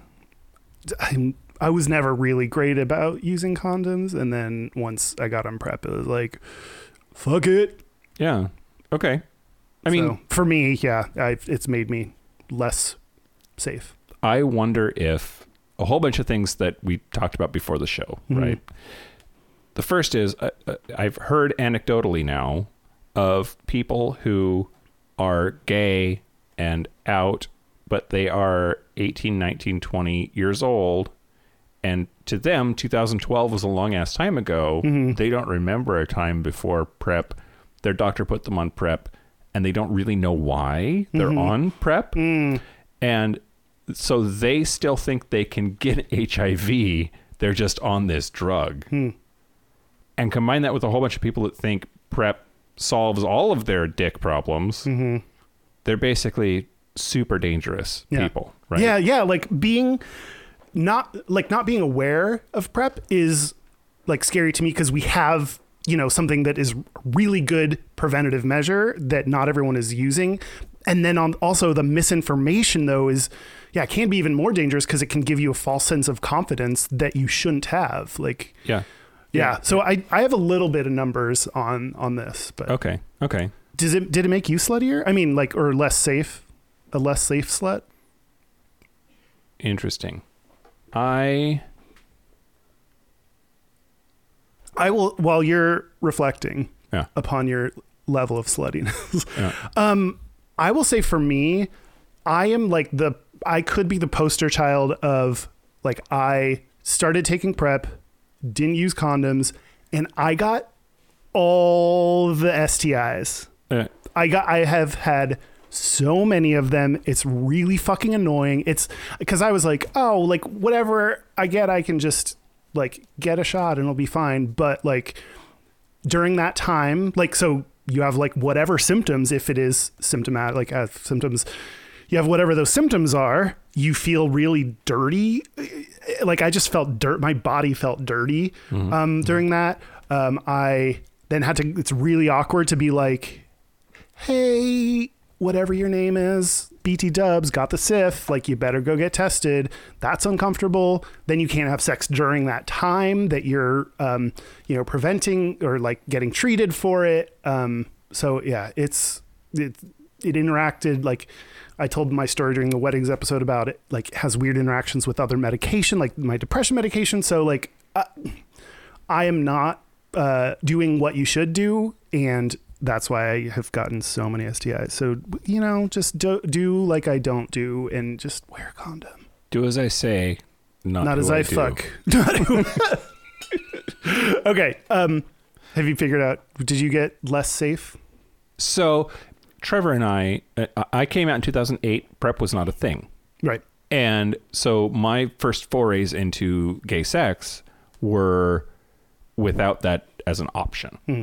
S3: I'm I was never really great about using condoms and then once I got on prep it was like fuck it.
S1: Yeah. Okay. I mean,
S3: So, for me, yeah, I've, it's made me less safe.
S1: I wonder if a whole bunch of things that we talked about before the show, right? The first is uh, uh, I've heard anecdotally now of people who are gay and out, but they are 18, 19, 20 years old. And to them, 2012 was a long ass time ago. They don't remember a time before PrEP. Their doctor put them on PrEP, and they don't really know why they're on PrEP and so they still think they can get HIV. They're just on this drug.
S3: Hmm.
S1: And combine that with a whole bunch of people that think PrEP solves all of their dick problems. They're basically super dangerous
S3: Mm-hmm. Yeah.
S1: people, right?
S3: Yeah, yeah, like being not like not being aware of prep is like scary to me because we have you know something that is really good preventative measure that not everyone is using and then on also the misinformation though is yeah it can be even more dangerous because it can give you a false sense of confidence that you shouldn't have like
S1: Yeah.
S3: yeah, so I, I have a little bit of numbers on on this but
S1: Okay. Okay.
S3: Does it did it make you sluttier? I mean, like or less safe, a less safe slut?
S1: Interesting. I
S3: I will while you're reflecting
S1: yeah.
S3: upon your level of sluttiness. (laughs) um,
S1: Yeah.
S3: I will say for me, I am like the I could be the poster child of like I started taking prep, didn't use condoms, and I got all the STIs.
S1: Uh,
S3: I got I have had so many of them. It's really fucking annoying. It's because I was like, oh, like whatever I get, I can just like get a shot and it'll be fine. But like during that time, like so you have like whatever symptoms, if it is symptomatic, like uh, symptoms, you have whatever those symptoms are. You feel really dirty. Like I just felt dirt. My body felt dirty um, during that. Um, I then had to. It's really awkward to be like, hey, whatever your name is, BT Dubs got the SIF. Like, you better go get tested. That's uncomfortable. Then you can't have sex during that time that you're, um, you know, preventing or like getting treated for it. Um, so yeah, it's it it interacted like I told my story during the weddings episode about it. Like, it has weird interactions with other medication, like my depression medication. So like, uh, I am not uh, doing what you should do, and that's why I have gotten so many STIs. So you know, just do, do like I don't do, and just wear a condom.
S1: Do as I say, not,
S3: Not
S1: do
S3: as
S1: what
S3: I,
S1: do.
S3: fuck. (laughs) Not who- okay. Um, have you figured out? Did you get less safe?
S1: So, Trevor and I, uh, I came out in 2008. Prep was not a thing.
S3: Right.
S1: And so my first forays into gay sex were without that as an option.
S3: Hmm.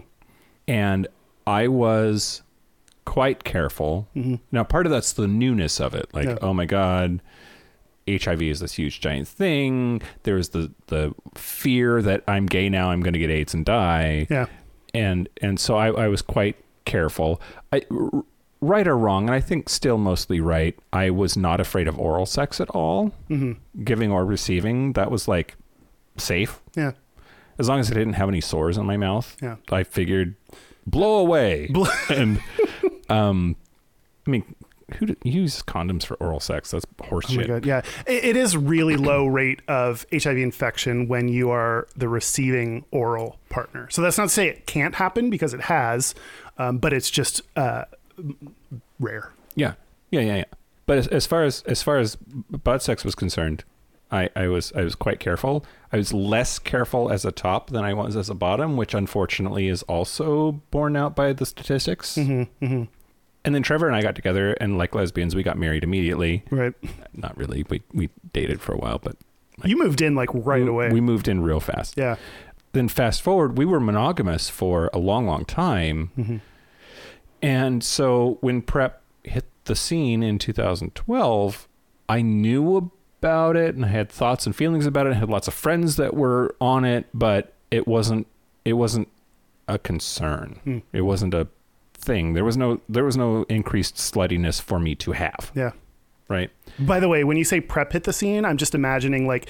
S1: And I was quite careful. Now, part of that's the newness of it. Like,
S3: Mm-hmm. Yeah.
S1: oh my God, HIV is this huge, giant thing. There's the, the fear that I'm gay now, I'm going to get AIDS and die
S3: Yeah.
S1: and and so I, I was quite careful. I, r- right or wrong, and I think still mostly right. I was not afraid of oral sex at all, mm-hmm. giving or receiving. That was like safe
S3: Yeah.
S1: as long as I didn't have any sores on my mouth.
S3: Yeah.
S1: I figured blow away (laughs)
S3: (laughs)
S1: and um, I mean, who d- uses condoms for oral sex? That's
S3: Oh my
S1: horseshit.
S3: god. Yeah. It, it is really low rate of HIV infection when you are the receiving oral partner. So that's not to say it can't happen because it has, um, but it's just uh, rare.
S1: Yeah, yeah, yeah, yeah. But as, as far as as far as butt sex was concerned, I, I was I was quite careful. I was less careful as a top than I was as a bottom, which unfortunately is also borne out by the statistics.
S3: Mm-hmm.
S1: And then Trevor and I got together, and like lesbians, we got married immediately.
S3: Right.
S1: Not really. We we dated for a while, but
S3: You moved in like right
S1: we-
S3: away.
S1: we moved in real fast
S3: yeah.
S1: then fast forward, we were monogamous for a long, long time. And so when prep hit the scene in 2012, I knew about it and I had thoughts and feelings about it. I had lots of friends that were on it, but it wasn't it wasn't a concern. It wasn't a thing. There was no there was no increased sluttiness for me to have,
S3: Yeah.
S1: right?
S3: By the way, when you say prep hit the scene, I'm just imagining like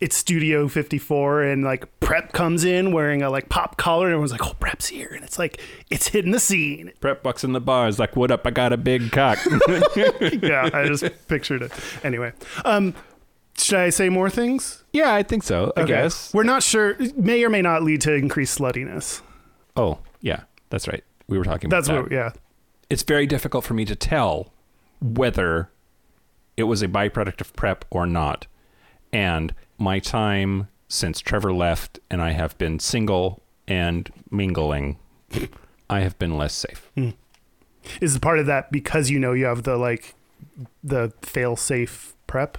S3: it's Studio 54 and like prep comes in wearing a like pop collar and everyone's like, oh, prep's here. And it's like, it's hitting the scene.
S1: Prep bucks in the bars like, "What up? I got a big cock." (laughs)
S3: (laughs) yeah, I just pictured it. Anyway, um, should I say more things?
S1: yeah, I think so. I
S3: Okay.
S1: guess.
S3: We're not sure. It May or may not lead to increased sluttiness.
S1: Oh, yeah, that's right. We were talking about
S3: That's
S1: that.
S3: what, yeah.
S1: It's very difficult for me to tell whether it was a byproduct of prep or not. And my time since Trevor left and I have been single and mingling, I have been less safe.
S3: Hmm. Is part of that because you know you have the like the fail safe prep?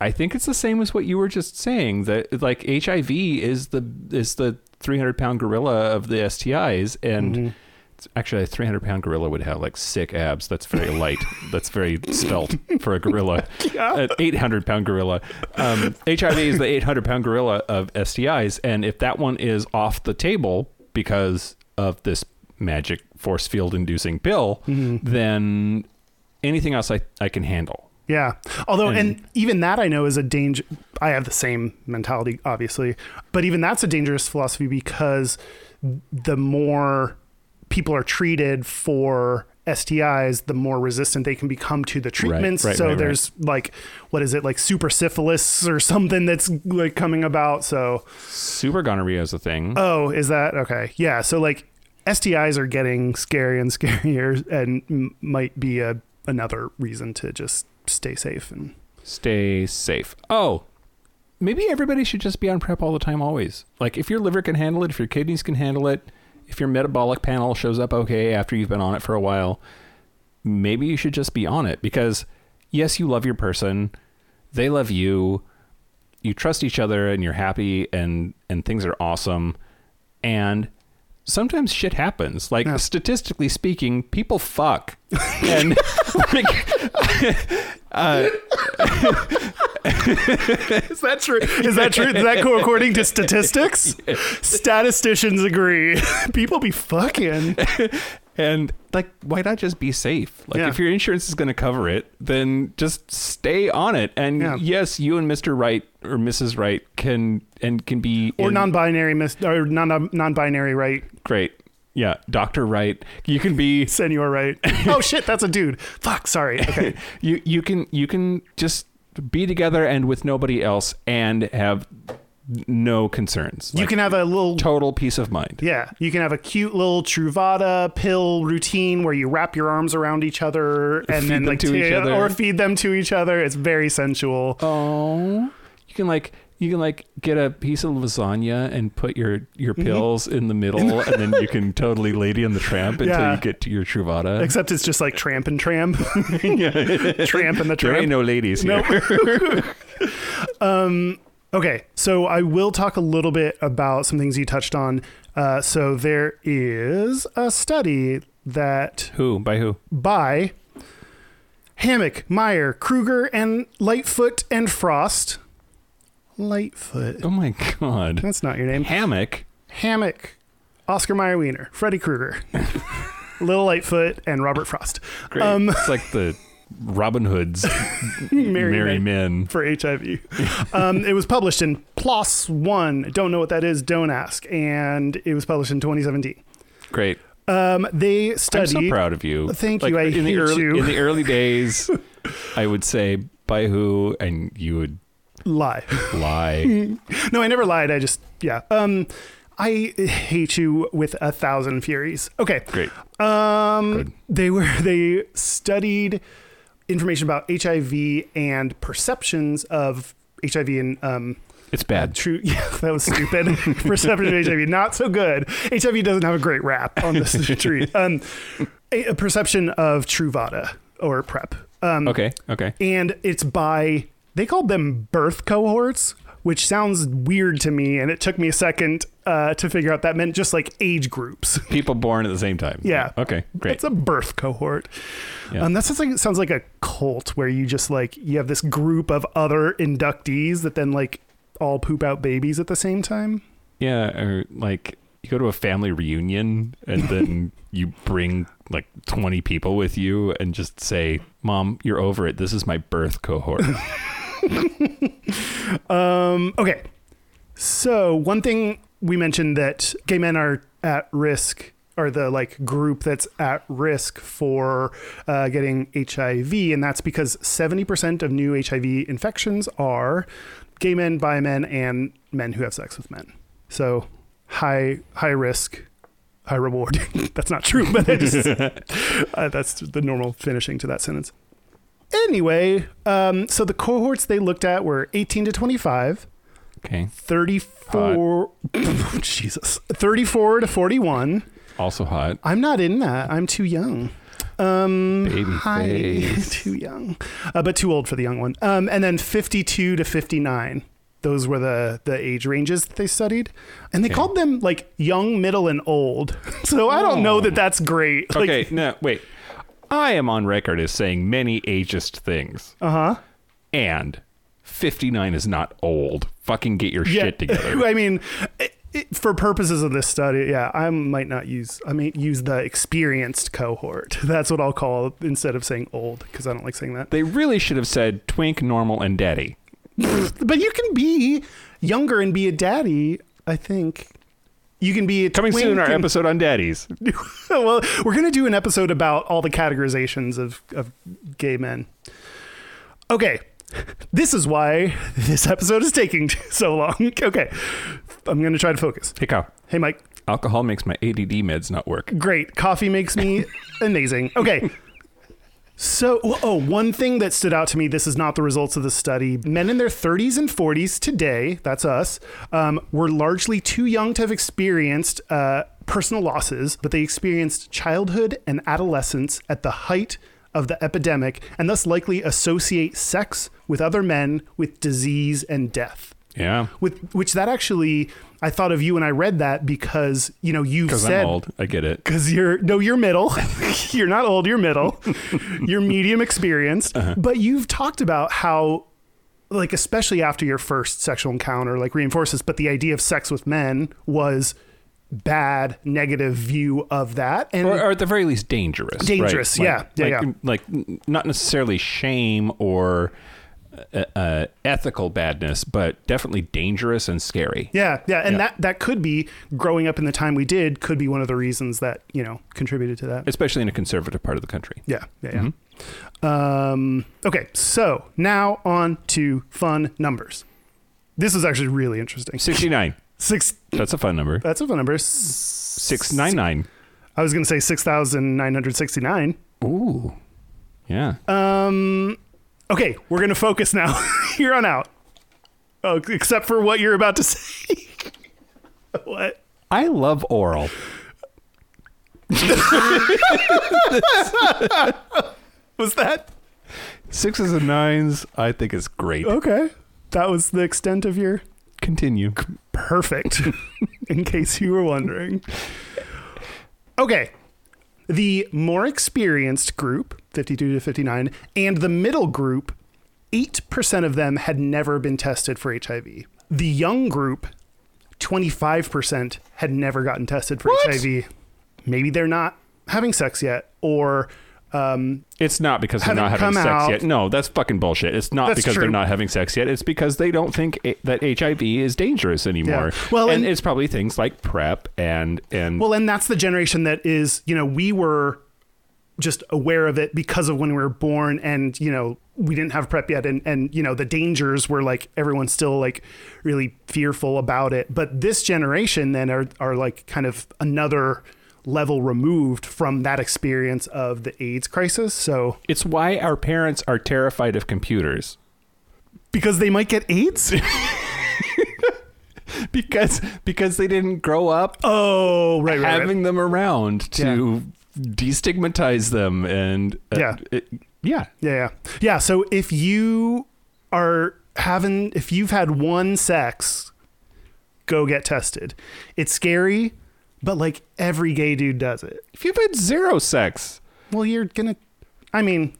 S1: I think it's the same as what you were just saying that like HIV is the is the 300 pound gorilla of the STIs and
S3: Mm-hmm.
S1: (laughs) it's- actually a 300 pound gorilla would have like sick abs that's very light that's very spelt for a gorilla
S3: Oh
S1: an 800 pound gorilla um, HIV is the 800 pound gorilla of STIs and if that one is off the table because of this magic force field inducing pill then anything else I, I can handle
S3: Yeah. Although, and,
S1: And-
S3: even that I know is a danger. I have the same mentality, obviously, but even that's a dangerous philosophy because the more people are treated for STIs, the more resistant they can become to the treatments.
S1: right,
S3: so
S1: right, right.
S3: there's like, what is it, like super syphilis or something that's like coming about. So,
S1: super gonorrhea is a thing
S3: oh, is that okay? Yeah. So like STIs are getting scary and (laughs) scarier and m- might be a, another reason to just stay safe and
S1: stay safe. Oh, maybe everybody should just be on prep all the time, always. Like, if your liver can handle it, if your kidneys can handle it, if your metabolic panel shows up okay after you've been on it for a while, maybe you should just be on it because, yes, you love your person, they love you, you trust each other, and you're happy, and and things are awesome, and sometimes shit happens. Like statistically speaking, people fuck, and like,
S3: Is that true? Is that true? Is
S1: (laughs)
S3: that go according to statistics? Statisticians agree. (laughs) People be fucking.
S1: and like, why not just be safe? Like,
S3: Yeah.
S1: if your insurance is going to cover it, then just stay on it. And
S3: Yeah.
S1: yes, you and Mister Wright or Mrs. Wright can and can be
S3: Or
S1: in-
S3: non-binary mis- or non um, non-binary right,
S1: great. Yeah, Doctor Wright, you can
S3: (laughs)
S1: be
S3: senior
S1: (laughs)
S3: right. Oh shit, that's a dude. Fuck, sorry. Okay.
S1: you you can you can just be together and with nobody else and have no concerns.
S3: You
S1: Like,
S3: can have a little
S1: total peace of mind.
S3: Yeah, you can have a cute little Truvada pill routine where you wrap your arms around each other and
S1: feed
S3: then
S1: them
S3: like
S1: to each
S3: ta-
S1: other.
S3: or feed them to each other. It's
S1: (laughs)
S3: very sensual.
S1: Oh, you can like you can like get a piece of lasagna and put your your
S3: Mm-hmm.
S1: pills in the middle, and then you
S3: (laughs)
S1: can totally lady in the tramp until
S3: Yeah.
S1: you get to your Truvada.
S3: Except it's just like tramp and
S1: (laughs)
S3: tram, (laughs) tramp and the
S1: There ain't
S3: tramp.
S1: no ladies
S3: No.
S1: here.
S3: Okay, so I will talk a little bit about some things you touched on. Uh, so there is a study that
S1: who by who?
S3: by Hammock, Meyer, Kruger, and Lightfoot and Frost. Lightfoot.
S1: Oh my god,
S3: That's not your name.
S1: hammock.
S3: Hammock, Oscar Mayer Wiener, Freddy Krueger, (laughs) Little Lightfoot, and Robert Frost
S1: Great.
S3: Um,
S1: it's like the Robin Hood's
S3: (laughs) Merry
S1: merry
S3: Men
S1: men.
S3: for HIV. um, it was published in PLOS One. Don't know what that is. Don't ask. And it was published in 2017.
S1: Great.
S3: Um, they
S1: I'm so
S3: studied.
S1: proud of you.
S3: Thank you, I
S1: in the
S3: hate
S1: early,
S3: you.
S1: In the
S3: (laughs)
S1: early days, I would say by who, and you would
S3: Lie. (laughs)
S1: lie.
S3: no, I never lied. I just yeah. Um, I hate you with a thousand furies. Okay.
S1: Great.
S3: Um,
S1: Good.
S3: they were (laughs) they studied information about HIV and perceptions of HIV and um,
S1: It's bad.
S3: true. (laughs) Yeah, that was stupid.
S1: (laughs)
S3: Perception of HIV, not so good. HIV doesn't have a great rap
S1: (laughs)
S3: on this tree. Um, a, a perception of Truvada or PrEP. Um,
S1: Okay. Okay.
S3: and it's by they called them birth cohorts which sounds weird to me and it took me a second uh, to figure out that meant just like age groups (laughs)
S1: People born at the same time.
S3: Yeah.
S1: Okay. Great.
S3: it's a birth cohort
S1: Yeah.
S3: um, that sounds like sounds like a cult where you just like you have this group of other inductees that then like all poop out babies at the same time
S1: yeah. Or like you go to a family reunion and then you bring like 20 people with you and just say, Mom, you're over it. This is my birth cohort.
S3: Um, okay. So one thing we mentioned that gay men are at risk, or the like group that's at risk for uh, getting HIV, and that's because seventy percent of new HIV infections are gay men, bi men, and men who have sex with men. So high high risk, high reward. (laughs) that's not true, but I just, uh, that's the normal finishing to that sentence. Anyway, um, so the cohorts they looked at were 18 to 25,
S1: okay.
S3: 34,
S1: Uh, (laughs)
S3: Jesus, 34 to 41.
S1: Also hot.
S3: I'm not in that. I'm too young. Um,
S1: Baby
S3: hi.
S1: face.
S3: (laughs) too young, uh, but too old for the young one. Um, and then 52 to 59. Those were the the age ranges that they studied, and they called them like young, middle, and old. (laughs) So I don't know that that's great. Like,
S1: Oh. okay. No, wait. I am on record as saying many ageist things.
S3: uh huh.
S1: and 59 is not old. Fucking get your shit
S3: (laughs)
S1: together.
S3: I mean, it, it, for purposes of this study, yeah, I might not use. I may use the experienced cohort. (laughs) That's what I'll call instead of saying old because I don't like saying that.
S1: They really should have said twink, normal, and daddy.
S3: But you can be younger and be a daddy. I think you can be a
S1: Coming
S3: twink
S1: soon, our
S3: (laughs) and-
S1: episode on daddies.
S3: well, we're gonna do an episode about all the categorizations of of gay men. Okay. (laughs) This is why (laughs) this episode is taking (laughs) so long. Okay. I'm going to try to focus.
S1: Hey, Kyle.
S3: Hey, Mike.
S1: Alcohol makes my ADD meds not work.
S3: great. Coffee makes me amazing. Okay. So, oh, one thing that stood out to me this is not the results of the study. Men in their 30s and 40s today, that's us, um, were largely too young to have experienced uh, personal losses, but they experienced childhood and adolescence at the height of the epidemic and thus likely associate sex with other men with disease and death
S1: Yeah.
S3: with which that actually I thought of you when I read that because you know you've
S1: Because
S3: said
S1: I'm old. I get it.
S3: because you're no you're middle (laughs) you're not old
S1: (laughs)
S3: you're middle you're medium experienced
S1: Uh-huh.
S3: but you've talked about how like especially after your first sexual encounter like reinforces but the idea of sex with men was bad negative view of that and
S1: Or, or at the very least, dangerous. right?
S3: Dangerous, yeah,
S1: Like,
S3: yeah,
S1: like,
S3: yeah.
S1: like, n- not necessarily shame or uh, uh, ethical badness, but definitely dangerous and scary.
S3: yeah yeah and
S1: Yeah.
S3: that that could be growing up in the time we did could be one of the reasons that you know contributed to that
S1: Especially in a conservative part of the country.
S3: Yeah, yeah, yeah.
S1: Mm-hmm.
S3: Um, okay, so now on to fun numbers. This is actually really interesting.
S1: 69.
S3: Six.
S1: That's a fun number.
S3: That's a fun number. S-
S1: 699.
S3: I was going to say six thousand nine hundred sixty-nine.
S1: Ooh. Uh, Yeah.
S3: Um, okay, we're going to focus now (laughs) here on out. Oh, except for what you're about to (laughs) say. what?
S1: I love oral.
S3: Was that
S1: Sixes and nines, I think is great.
S3: okay? That was the extent of your
S1: Continue.
S3: perfect, (laughs) in case you were wondering. Okay. The more experienced group, 52 to 59, and the middle group, 8% of them had never been tested for HIV. The young group, 25% had never gotten tested for
S1: What?
S3: HIV. Maybe they're not having sex yet, or um,
S1: It's not because they're
S3: Haven't
S1: not having
S3: come
S1: sex
S3: out.
S1: yet. No, that's fucking bullshit. It's not
S3: That's
S1: because
S3: true.
S1: they're not having sex yet. It's because they don't think i that HIV is dangerous anymore.
S3: Yeah. Well,
S1: and,
S3: and-
S1: it's probably things like PrEP and and
S3: Well, and that's the generation that is, you know, we were just aware of it because of when we were born and, you know, we didn't have prep yet and and you know, the dangers were like everyone's still like really fearful about it. But this generation then are are like kind of another level removed from that experience of the AIDS crisis. So
S1: it's why our parents are terrified of computers (laughs)
S3: because they might get AIDS?
S1: because because they didn't grow up
S3: oh, right, right. right.
S1: having them around to destigmatize them and uh,
S3: Yeah.
S1: it- yeah.
S3: Yeah, yeah. Yeah, so if you are having if you've had one sex, go get tested. It's scary, but like every gay dude does it.
S1: If you've had zero sex,
S3: Well, you're going to I mean,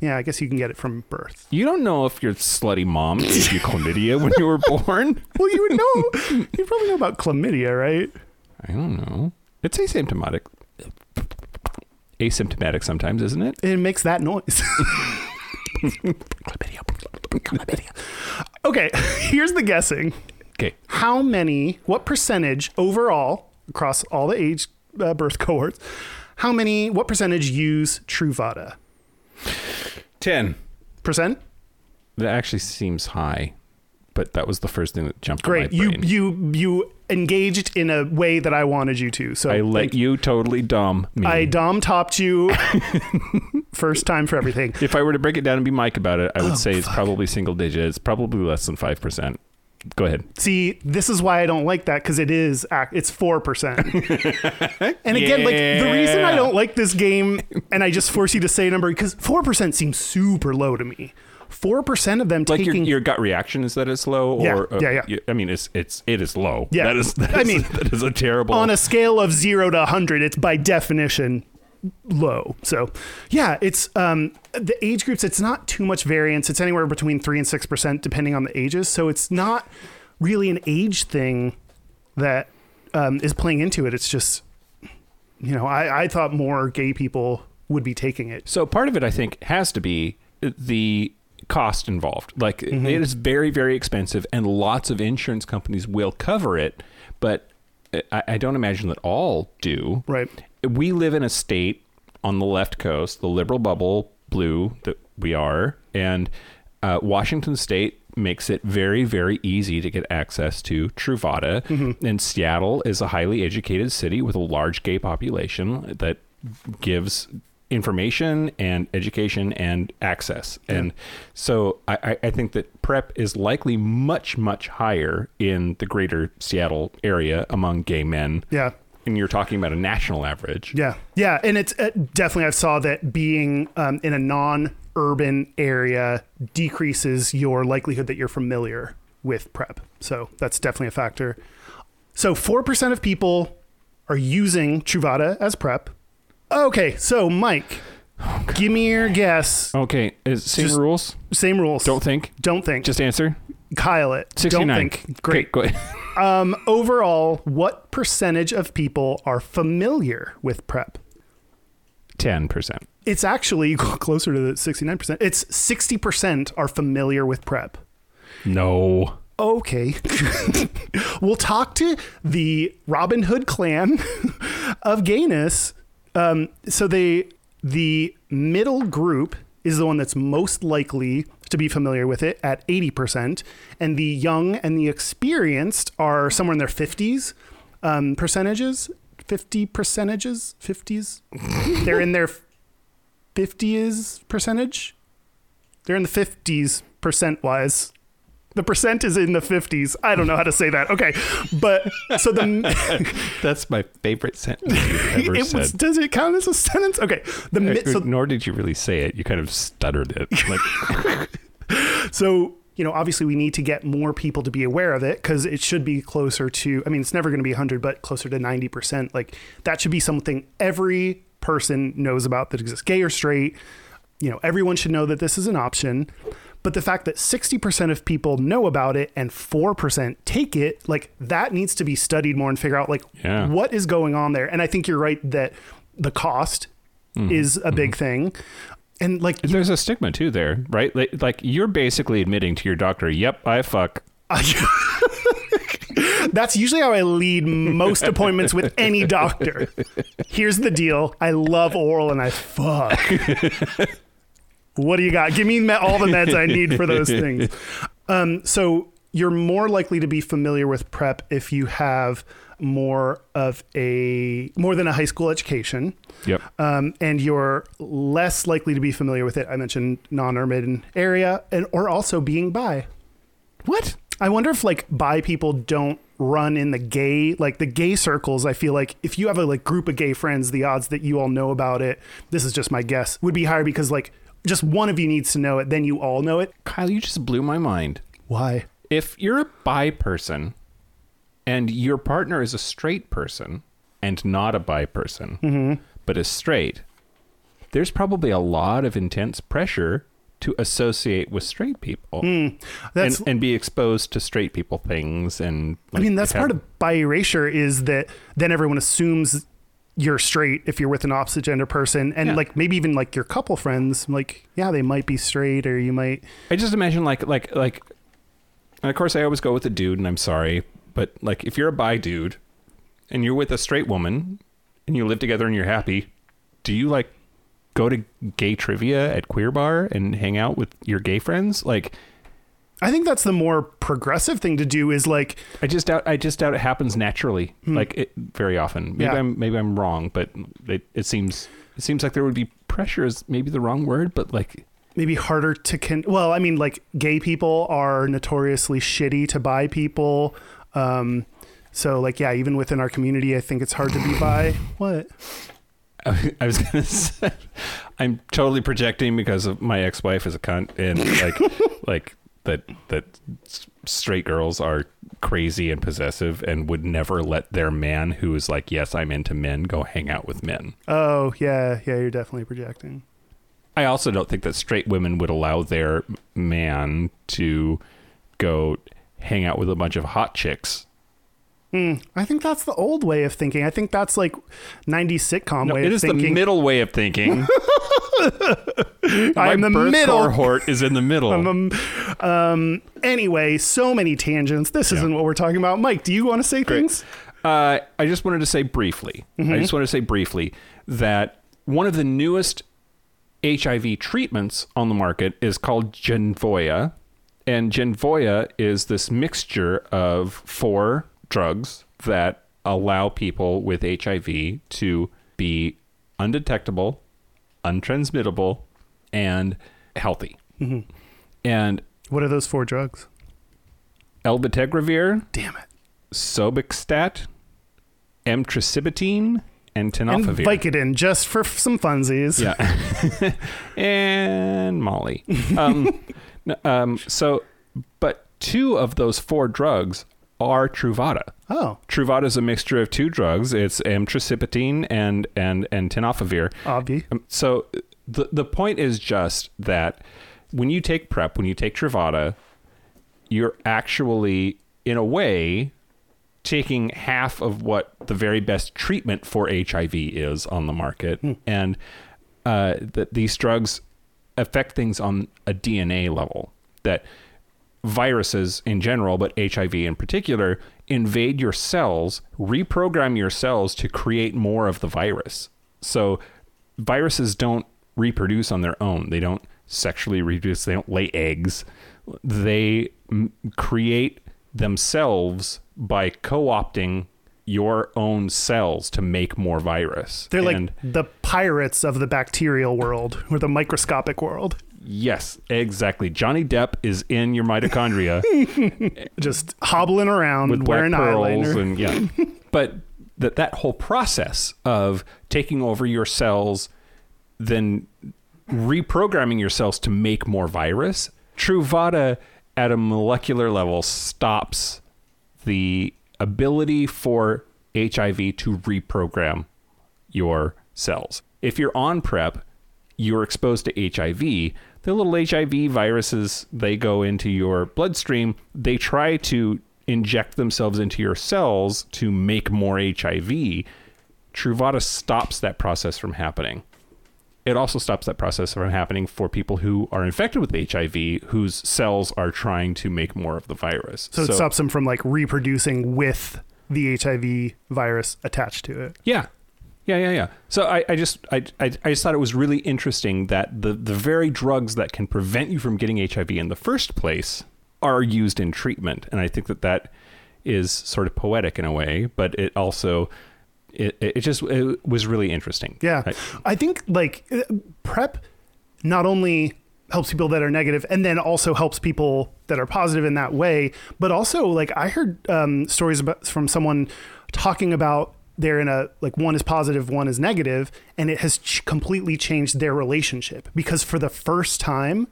S3: yeah, I guess you can get it from birth.
S1: you don't know if your slutty mom gave you chlamydia when you were (laughs) born.
S3: Well, you would know. you probably know about chlamydia, right?
S1: I don't know. It's asymptomatic. Asymptomatic sometimes, isn't it?
S3: It makes that noise. (laughs) okay, (laughs) here's the guessing.
S1: Okay.
S3: how many, what percentage overall across all the age uh, birth (laughs) cohorts, how many, what percentage use Truvada?
S1: 10.
S3: Percent?
S1: That actually seems high, but that was the first thing that jumped
S3: Great.
S1: in my
S3: You
S1: brain.
S3: you you engaged in a way that I wanted you to. So
S1: I let
S3: thank-
S1: you totally dumb me.
S3: I dom topped you. (laughs) First time for everything.
S1: if I were to break it down and be Mike about it, I would
S3: Oh,
S1: say it's probably single digit. It's probably less than 5%. Go ahead.
S3: See, this is why I don't like that because it is ac- it's
S1: (laughs)
S3: four percent. and again, like the reason I
S1: Yeah.
S3: don't like this game, and I just force you to say a number because four percent seems super low to me. Four percent of them
S1: Like your,
S3: taking
S1: your gut reaction is that it's low,
S3: Yeah,
S1: or
S3: yeah, yeah.
S1: you- I mean, it's it's it is low.
S3: Yeah.
S1: that is. that
S3: I
S1: is-
S3: mean,
S1: (laughs) that is a terrible.
S3: on a scale of zero to 100, it's by definition low. So, yeah, it's um, the age groups, it's not too much variance. It's anywhere between 3 and 6%, depending on the ages. So, it's not really an age thing that um, is playing into it. It's just, you know, I, I thought more gay people would be taking it.
S1: So part of it, I think, has to be the cost involved. Like it is very, very expensive, and lots of insurance companies will cover it, but uh, I, I don't imagine that all do.
S3: Right.
S1: We live in a state on the left coast, the liberal bubble, blue that we are, and uh, Washington State makes it very, very easy to get access to Truvada. And Seattle is a highly educated city with a large gay population that gives information and education and access. And so I, I- I think that PrEP is likely much, much higher in the greater Seattle area among gay men.
S3: Yeah.
S1: And you're talking about a national average.
S3: Yeah, yeah, and it's uh, definitely I saw that being um, in a non-urban area decreases your likelihood that you're familiar with prep. So that's definitely a factor. So 4% of people are using Truvada as prep. Okay, so Mike, give me your guess.
S1: Okay, is same
S3: Just-
S1: rules.
S3: Same rules.
S1: Don't think.
S3: Don't think.
S1: Just answer.
S3: Kyle it.
S1: Sixty
S3: Don't
S1: nine.
S3: think. Great.
S1: Go ahead.
S3: Overall, what percentage of people are familiar with PrEP?
S1: (laughs) Ten percent.
S3: It's actually (laughs) closer to the 69%. It's 60% are familiar with PrEP.
S1: No.
S3: Okay. (laughs) we'll talk to the Robin Hood clan (laughs) of gayness. Um, so they the middle group is the one that's most likely to be familiar with it at 80%. And the young and the experienced are somewhere in their 50s um, percentages. 50 percentages? 50s? They're in their 50s percentage? They're in the 50s percent wise. The percent is in the 50s. I don't know how to say that. Okay. But so the
S1: That's my favorite sentence (laughs) you've ever
S3: it
S1: said.
S3: was, does it count as a sentence? Okay. The mi-
S1: Uh,
S3: so
S1: Nor did you really say it. You kind of stuttered (laughs) it. Like,
S3: so you know, obviously we need to get more people to be aware of it cuz it should be closer to I mean, it's never going to be 100 but closer to 90%. Like that should be something every person knows about that exists, gay or straight. You know, everyone should know that this is an option. But the fact that 60% of people know about it and 4% take it, like that needs to be studied more and figure out like
S1: Yeah.
S3: what is going on there. And I think you're right that the cost is a big thing. And like
S1: there's a stigma too there, right? Like, like you're basically admitting to your doctor, "Yep, I fuck."
S3: (laughs) That's usually how I lead most appointments with any doctor. Here's the deal I love oral and I fuck. what do you got? Give me me- all the meds I need for those things. Um, so you're more likely to be familiar with PrEP if you have more of a more than a high school education
S1: Yep.
S3: um, and you're less likely to be familiar with it i mentioned non-urban area and or also being bi
S1: What?
S3: I wonder if like bi people don't run in the gay like the gay circles. I feel like if you have a like group of gay friends, the odds that you all know about it, this is just my guess, would be higher because like just one of you needs to know it, then you all know it.
S1: Kyle, you just blew my mind.
S3: Why?
S1: If you're a bi person and your partner is a straight person and not a bi person,
S3: Mm-hmm.
S1: but is straight, there's probably a lot of intense pressure to associate with straight people
S3: Hmm. That's
S1: and, and be exposed to straight people things. And
S3: I mean that's part of bi erasure is that then everyone assumes you're straight if you're with an opposite gender person and
S1: Yeah.
S3: like maybe even like your couple friends like yeah they might be straight or you might
S1: I just imagine like like like, and of course I always go with a dude, and I'm sorry, but like if you're a bi dude, and you're with a straight woman, and you live together and you're happy, do you like go to gay trivia at queer bar and hang out with your gay friends? Like
S3: I think that's the more progressive thing to do is like
S1: I just doubt I just doubt it happens naturally like it, very often. Maybe
S3: Yeah.
S1: I'm maybe I'm wrong, but it, it seems it seems like there would be pressure is maybe the wrong word, but like
S3: maybe harder to con well i mean like gay people are notoriously shitty to bi people um so like yeah even within our community i think it's hard to be bi what
S1: (laughs) I was gonna say, I'm totally projecting because of my ex-wife is a cunt and
S3: (laughs)
S1: like, like that that s- straight girls are crazy and possessive and would never let their man, who is like, yes, I'm into men, go hang out with men.
S3: oh yeah yeah you're definitely projecting
S1: I also don't think that straight women would allow their man to go hang out with a bunch of hot chicks.
S3: i think that's the old way of thinking i think that's like 90s sitcom
S1: No,
S3: way
S1: it
S3: of
S1: is the
S3: thinking
S1: middle way of thinking.
S3: (laughs) i'm
S1: My
S3: the
S1: birth
S3: middle
S1: cohort is in the
S3: (laughs)
S1: middle.
S3: um, um, anyway so many tangents this isn't what we're talking about mike do you want to say things
S1: Uh, I just wanted to say briefly. I just wanted to say briefly that one of the newest HIV treatments on the market is called Genvoya, and Genvoya is this mixture of four drugs that allow people with HIV to be undetectable, untransmittable, and healthy. And
S3: what are those four drugs
S1: elbitegravir,
S3: damn it
S1: Sobixstat, emtricitabine, and
S3: and
S1: tenofovir.
S3: Vicodin, just for f- some funsies.
S1: yeah, (laughs) and Molly. Um, n- um, so, but two of those four drugs are Truvada.
S3: Oh,
S1: Truvada is a mixture of two drugs. It's emtricitabine and and and tenofovir.
S3: obvi.
S1: Um, So the the point is just that when you take prep, when you take Truvada, you're actually in a way taking half of what the very best treatment for HIV is on the market, and uh, that these drugs affect things on a DNA level. That viruses in general, but HIV in particular, invade your cells, reprogram your cells to create more of the virus. So viruses don't reproduce on their own. They don't sexually reproduce. They don't lay eggs. They m- create themselves by co-opting your own cells to make more virus.
S3: They're like
S1: And-
S3: the pirates of the bacterial world or the microscopic world.
S1: yes, exactly. Johnny Depp is in your
S3: (laughs)
S1: mitochondria.
S3: Just hobbling around
S1: with black
S3: wearing
S1: pearls
S3: eyeliner.
S1: and yeah.
S3: (laughs)
S1: but that that whole process of taking over your cells, then reprogramming your cells to make more virus, Truvada at a molecular level stops the ability for HIV to reprogram your cells. If you're on PrEP, you're exposed to HIV. The little HIV viruses, they go into your bloodstream. They try to inject themselves into your cells to make more HIV. Truvada stops that process from happening. It also stops that process from happening for people who are infected with HIV whose cells are trying to make more of the virus.
S3: so, it stops them from like reproducing with the HIV virus attached to it.
S1: Yeah. Yeah, yeah, yeah. So I, I just I, I I just thought it was really interesting that the the very drugs that can prevent you from getting HIV in the first place are used in treatment, and I think that that is sort of poetic in a way, but it also it, it it just it was really interesting.
S3: Yeah.
S1: I-
S3: I think like uh, prep not only helps people that are negative and then also helps people that are positive in that way, but also like I heard um, stories about from someone talking about they're in a like one is positive, one is negative, and it has ch- completely changed their relationship because for the first time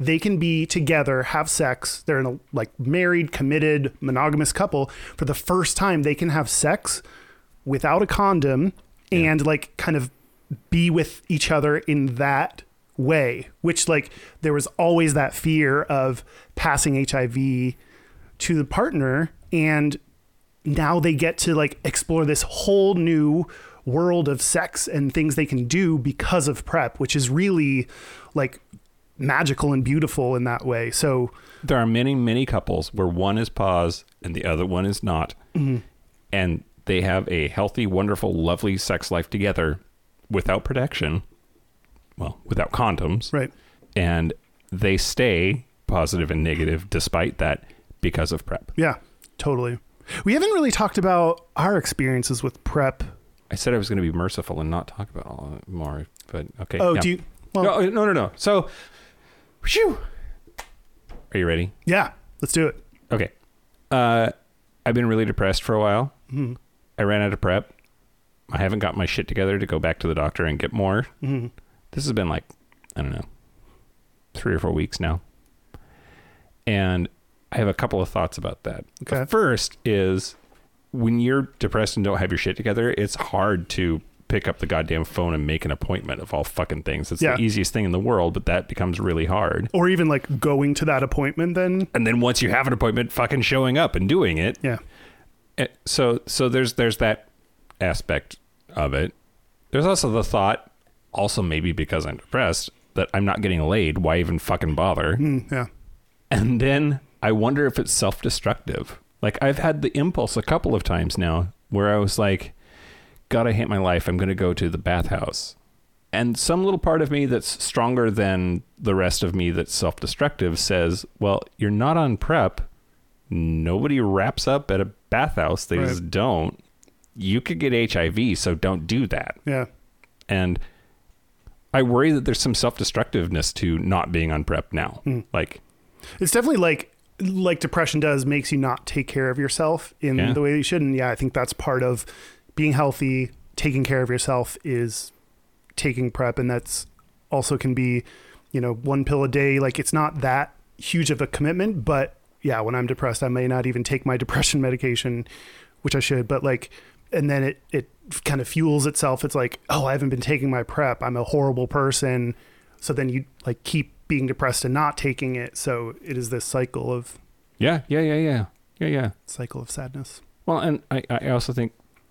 S3: they can be together, have sex. They're in a like married, committed, monogamous couple. For the first time, they can have sex without a condom and like kind of be with each other in that way, which like there was always that fear of passing HIV to the partner. And now they get to like explore this whole new world of sex and things they can do because of prep, which is really like magical and beautiful in that way. So
S1: there are many many couples where one is pause and the other one is not
S3: Mm-hmm.
S1: and they have a healthy wonderful lovely sex life together without protection well without condoms
S3: Right.
S1: and they stay positive and negative despite that because of prep
S3: yeah, totally. We haven't really talked about our experiences with prep.
S1: i said i was going to be merciful and not talk about all of it more but okay
S3: Oh,
S1: yeah.
S3: do you? Well,
S1: no, no no no so phew. are you ready
S3: yeah, let's do it.
S1: Okay. Uh, I've been really depressed for a while.
S3: Mm-hmm.
S1: I ran out of prep. I haven't got my shit together to go back to the doctor and get more.
S3: Mm-hmm.
S1: This has been like, I don't know, three or four weeks now. And I have a couple of thoughts about that.
S3: Okay.
S1: The first is when you're depressed and don't have your shit together, it's hard to pick up the goddamn phone and make an appointment of all fucking things. It's
S3: Yeah.
S1: the easiest thing in the world, but that becomes really hard.
S3: or even like going to that appointment then
S1: And then once you have an appointment, fucking showing up and doing it.
S3: yeah
S1: Uh, so so there's there's that aspect of it. There's also the thought, also maybe because I'm depressed, that I'm not getting laid. Why even fucking bother?
S3: Mm, yeah
S1: And then I wonder if it's self destructive. Like I've had the impulse a couple of times now where I was like, God, I hate my life. I'm going to go to the bathhouse. And some little part of me that's stronger than the rest of me that's self destructive says, Well, you're not on prep. Nobody wraps up at a bathhouse. They
S3: Right.
S1: just don't. You could get HIV, so don't do that
S3: yeah
S1: and I worry that there's some self destructiveness to not being on prep now. Like,
S3: it's definitely like like depression does makes you not take care of yourself in
S1: Yeah.
S3: the way that you should and yeah i think that's part of being healthy taking care of yourself is taking prep and that's also can be you know one pill a day like it's not that huge of a commitment but yeah, when I'm depressed, I may not even take my (laughs) depression medication, which I should, but like, and then it, it kind of fuels itself. It's like, oh, I haven't been taking my prep. I'm a horrible person. So then you like keep being depressed and not taking it. So it is this cycle of
S1: Yeah, yeah, yeah, yeah, yeah, yeah.
S3: cycle of sadness.
S1: Well, and I, I also think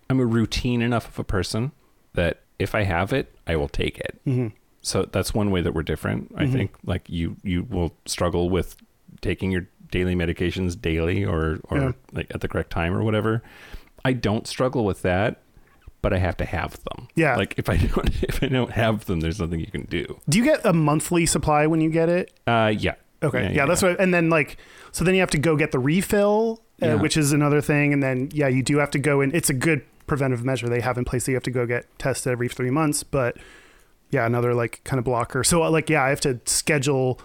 S1: I'm a routine enough of a person that if I have it, I will take it. Mm-hmm. So that's one way that we're different.
S3: Mm-hmm.
S1: I think like you you will struggle with taking your daily medications daily or or
S3: Yeah.
S1: like at the correct time or whatever. I don't struggle with that, but I have to have them.
S3: Yeah.
S1: Like if I (laughs) don't if I don't have them, there's nothing you can do.
S3: Do you get a monthly supply when you get it?
S1: Uh, yeah.
S3: Okay. Yeah, that's what. And then like, so then you have to go get the refill, uh,
S1: Yeah.
S3: which is another thing. And then yeah, you do have to go in. It's a good preventive measure they have in place. That you have to go get tested every three months, but yeah, another like kind of blocker. So uh, like, yeah, I have to schedule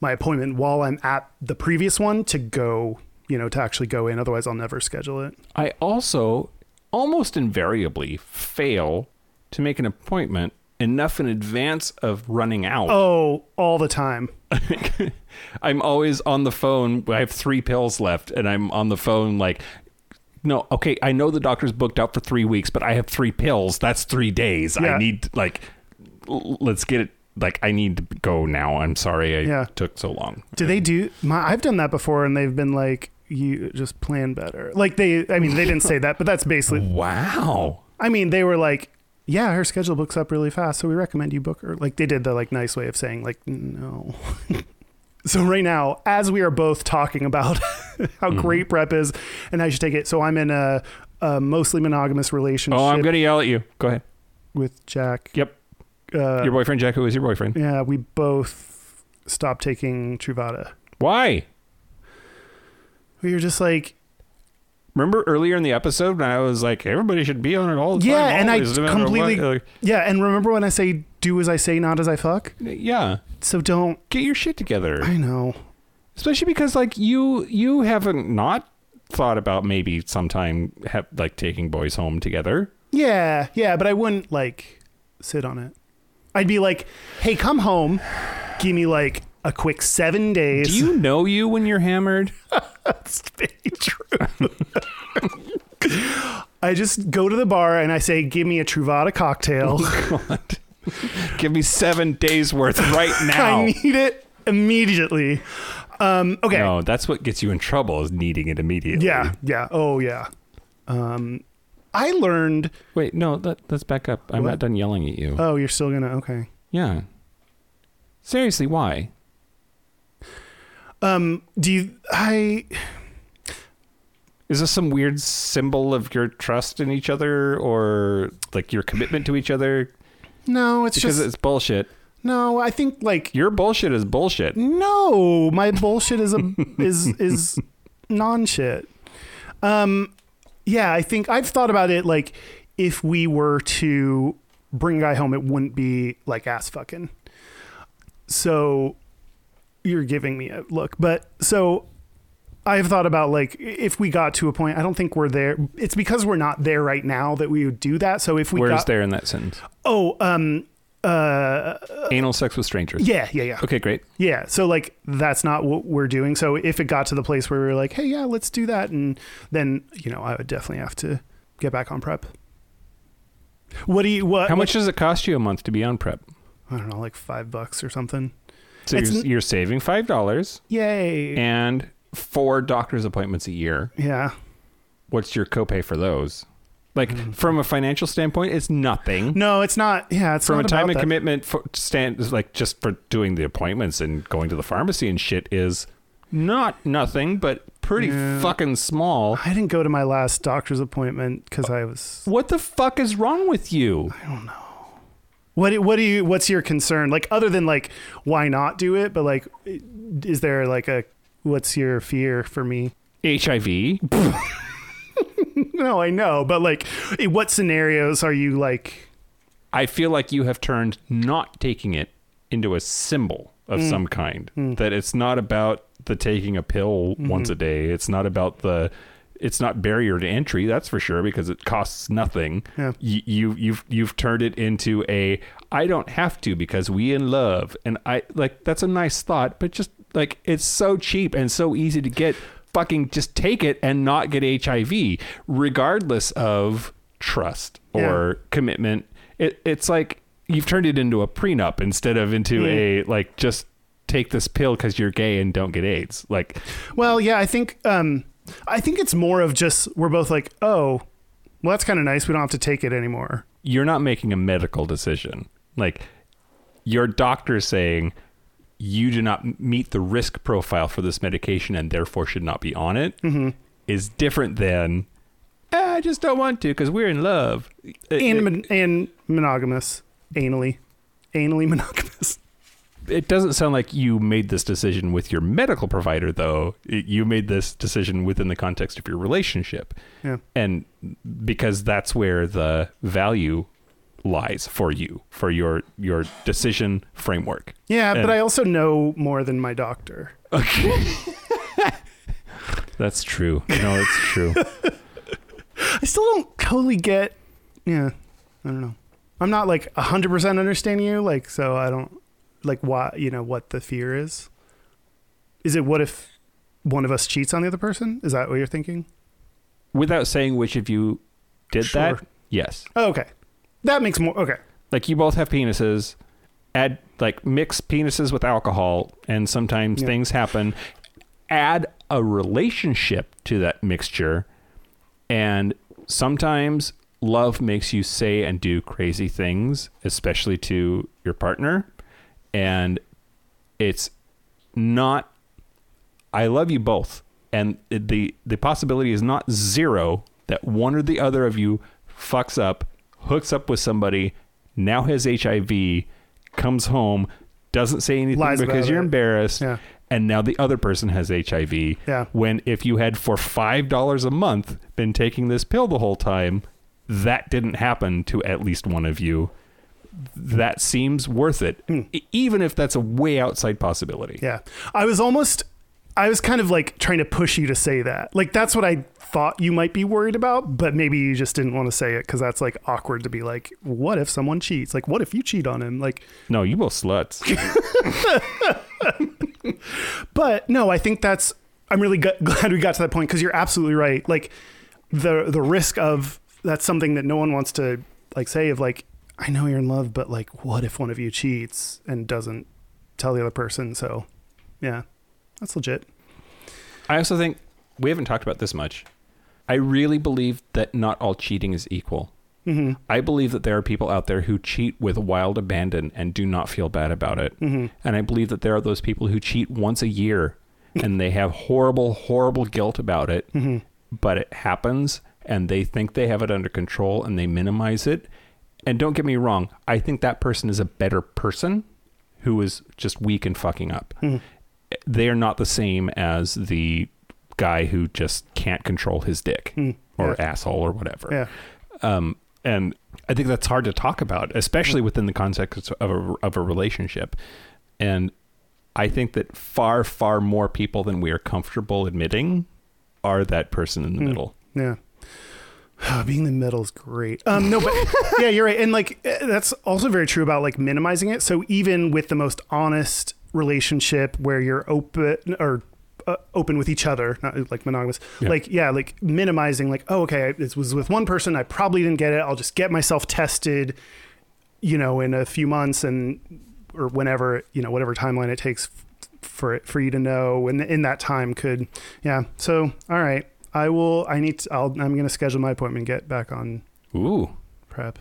S3: my appointment while I'm at the previous one to go, you know, to actually go in. Otherwise, I'll never schedule it.
S1: I also almost invariably fail to make an appointment enough in advance of running out.
S3: Oh, all the time.
S1: (laughs) I'm always on the phone. I have three pills left, and I'm on the phone like, no, okay, I know the doctor's booked out for three weeks, but I have three pills. That's three days.
S3: Yeah.
S1: I need, like, l- let's get it. Like, I need to go now. I'm sorry I
S3: Yeah.
S1: took so long.
S3: Do they do my I've done that before and they've been like you just plan better. Like they I mean they didn't say that, but that's
S1: (laughs)
S3: basically
S1: Wow.
S3: I mean they were like yeah, her schedule books up really fast, so we recommend you book her. Like they did the like nice way of saying like no. (laughs) so right now, as we are both talking about (laughs) how
S1: Mm-hmm.
S3: great prep is and I should take it, so I'm in a, a mostly monogamous relationship
S1: Oh, I'm going to yell at you. Go ahead.
S3: with Jack.
S1: Yep.
S3: Uh,
S1: Your boyfriend, Jack, who is your boyfriend?
S3: yeah, we both stopped taking Truvada.
S1: Why?
S3: We were just like
S1: Remember earlier in the episode when I was like, everybody should be on it all the
S3: Yeah,
S1: time.
S3: and I
S1: always, no matter
S3: completely-
S1: what." Like,
S3: Yeah, and remember when I say do as I say, not as I fuck?
S1: yeah,
S3: So don't.
S1: get your shit together.
S3: I know.
S1: Especially because like you you haven't not thought about maybe sometime have like taking boys home together.
S3: Yeah, yeah, but I wouldn't like sit on it. I'd be like, hey, come home. Give me like a quick seven days.
S1: Do you know you when you're hammered?
S3: (laughs) That's very true. I just go to the bar and I say, give me a Truvada cocktail.
S1: God. Give me seven days worth right now.
S3: (laughs) (laughs) I need it immediately. Um, okay.
S1: no, that's what gets you in trouble is needing it immediately.
S3: Yeah, yeah. Oh, yeah. Um, I learned.
S1: Wait, no, let, let's back up. I'm
S3: What?
S1: not done yelling at you.
S3: Oh, you're still going to. Okay.
S1: yeah. Seriously, why?
S3: Um, do you? I
S1: Is this some weird symbol of your trust in each other or like your commitment to each other?
S3: no. It's
S1: Because
S3: just
S1: it's bullshit.
S3: no. I think like
S1: Your bullshit is bullshit.
S3: Mm, no. My bullshit is a is is non shit. Um, yeah. I think I've thought about it. Like, if we were to bring a guy home, it wouldn't be like ass fucking. So, you're giving me a look, but so. I've thought about like if we got to a point. I don't think we're there. It's because we're not there right now that we would do that. So if we
S1: Where is
S3: got,
S1: there in that sentence?
S3: Oh, um, uh,
S1: Anal sex with strangers.
S3: yeah, yeah, yeah,
S1: Okay, great.
S3: yeah. So like, that's not what we're doing. So if it got to the place where we were like, hey, yeah, let's do that, and then you know, I would definitely have to get back on prep. What do you what?
S1: How much does it cost you a month to be on prep?
S3: I don't know, like five bucks or something.
S1: So
S3: It's
S1: you're,
S3: n-
S1: you're saving five dollars
S3: Yay!
S1: and four doctor's appointments a year.
S3: yeah,
S1: What's your copay for those? Like
S3: Mm.
S1: from a financial standpoint, it's nothing.
S3: no, it's not. Yeah, it's
S1: From a
S3: not
S1: time
S3: about
S1: and
S3: that.
S1: commitment for, stand, like just for doing the appointments and going to the pharmacy and shit is not nothing, but pretty fucking small.
S3: I didn't go to my last doctor's appointment because I was.
S1: What the fuck is wrong with you?
S3: What? do- What do you? What's your concern? Like, other than like, why not do it? But like, is there like a? What's your fear for me?
S1: HIV?
S3: No, I know, but like, in what scenarios are you like?
S1: I feel like you have turned not taking it into a symbol of some kind. That it's not about the taking a pill once a day. It's not about the. It's not barrier to entry, that's for sure, because it costs nothing.
S3: Yeah.
S1: You, you you've you've turned it into a I don't have to because we in love, and I like that's a nice thought, but just Like it's so cheap and so easy to get. Fucking just take it and not get HIV, regardless of trust or commitment. It, it's like you've turned it into a prenup instead of into a like just take this pill because you're gay and don't get AIDS. Like
S3: Well, yeah, I think um, I think it's more of just we're both like, oh, well, that's kind of nice. We don't have to take it anymore.
S1: you're not making a medical decision. Like your doctor saying you do not m- meet the risk profile for this medication and therefore should not be on it is different than "Ah, I just don't want to because we're in love. It-
S3: And
S1: it,
S3: mon- and monogamous, anally, anally (laughs) monogamous.
S1: it doesn't sound like you made this decision with your medical provider, though. It- you made this decision within the context of your relationship.
S3: Yeah.
S1: and because that's where the value lies for you for your your decision framework
S3: Yeah,
S1: And-
S3: but I also know more than my doctor.
S1: that's true no (laughs) it's true
S3: I still don't totally get. Yeah, I don't know. I'm not like 100% understanding you, like, so I don't, like, why, you know, what the fear is. Is it what if one of us cheats on the other person? Is that what you're thinking?
S1: without saying which of you did
S3: Sure.
S1: that yes
S3: Oh, okay. That makes more, okay.
S1: like you both have penises add like mix penises with alcohol and sometimes
S3: Yeah.
S1: things happen add a relationship to that mixture and sometimes love makes you say and do crazy things especially to your partner and it's not I love you both, and the the possibility is not zero that one or the other of you fucks up, hooks up with somebody, now has HIV, comes home, doesn't say anything
S3: Lies
S1: because
S3: about
S1: you're
S3: it.
S1: embarrassed,
S3: Yeah.
S1: and now the other person has HIV.
S3: Yeah.
S1: When if you had for five dollars a month been taking this pill the whole time, that didn't happen to at least one of you. That seems worth it, e- even if that's a way outside possibility.
S3: Hmm. Yeah. I was almost I was kind of like trying to push you to say that. Like that's what I thought you might be worried about, but maybe you just didn't want to say it cuz that's like awkward to be like, what if someone cheats? Like what if you cheat on him? Like
S1: No, you both sluts.
S3: but no, I think that's I'm really g- (laughs) glad we got to that point cuz you're absolutely right. Like the the risk of that's something that no one wants to like say of like I know you're in love, but like what if one of you cheats and doesn't tell the other person? So, yeah. That's legit.
S1: I also think we haven't talked about this much. I really believe that not all cheating is equal. I believe that there are people out there who cheat with wild abandon and do not feel bad about it. And I believe that there are those people who cheat once a year and they have horrible, horrible guilt about it, but it happens and they think they have it under control and they minimize it. And don't get me wrong, I think that person is a better person who is just weak and fucking up they are not the same as the guy who just can't control his dick or asshole or whatever.
S3: Hmm. Yeah.
S1: Um, and I think that's hard to talk about, especially within the context of a, of a relationship. And I think that far, far more people than we are comfortable admitting are that person
S3: Hmm.
S1: in the middle.
S3: Yeah. (sighs) being in the middle is great. Um, no, but yeah, you're right. And like, eh, that's also very true about like minimizing it. So even with the most honest relationship where you're open or uh, open with each other, not like monogamous,
S1: Yeah.
S3: like, yeah, like minimizing, like, oh, okay, I, this was with one person. I probably didn't get it. I'll just get myself tested, you know, in a few months and, or whenever, you know, whatever timeline it takes f- for it, for you to know. And in that time could, yeah. So, all right. I will, I need to, I'll, I'm going to schedule my appointment, and get back on
S1: Ooh.
S3: prep.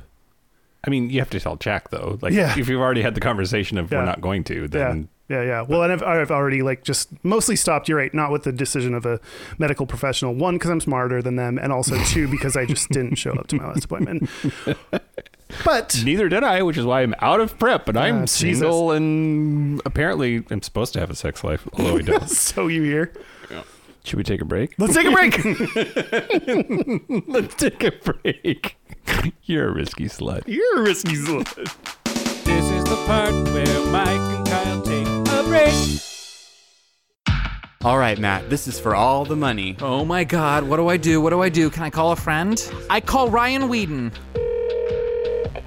S1: I mean, you have to tell Jack though. Like,
S3: Yeah.
S1: if you've already had the conversation of
S3: Yeah.
S1: we're not going to, then
S3: yeah, yeah, yeah. Well, and I've, I've already like just mostly stopped. You're right, not with the decision of a medical professional. One, because I'm smarter than them, and also (laughs) two, because I just didn't show up to my last appointment. (laughs) But
S1: Neither did I, which is why I'm out of prep, and I'm
S3: Ah, Jesus.
S1: single and apparently I'm supposed to have a sex life, although I
S3: (laughs)
S1: don't.
S3: so you hear?
S1: Should we take a break?
S3: Let's take a break.
S1: (laughs) Let's take a break. (laughs) You're a risky slut.
S3: (laughs) You're a risky slut.
S4: This is the part where Mike and Kyle take a break.
S5: All right, Matt, this is for all the money.
S4: Oh my god, what do I do? What do I do? Can I call a friend? I call Ryan Whedon.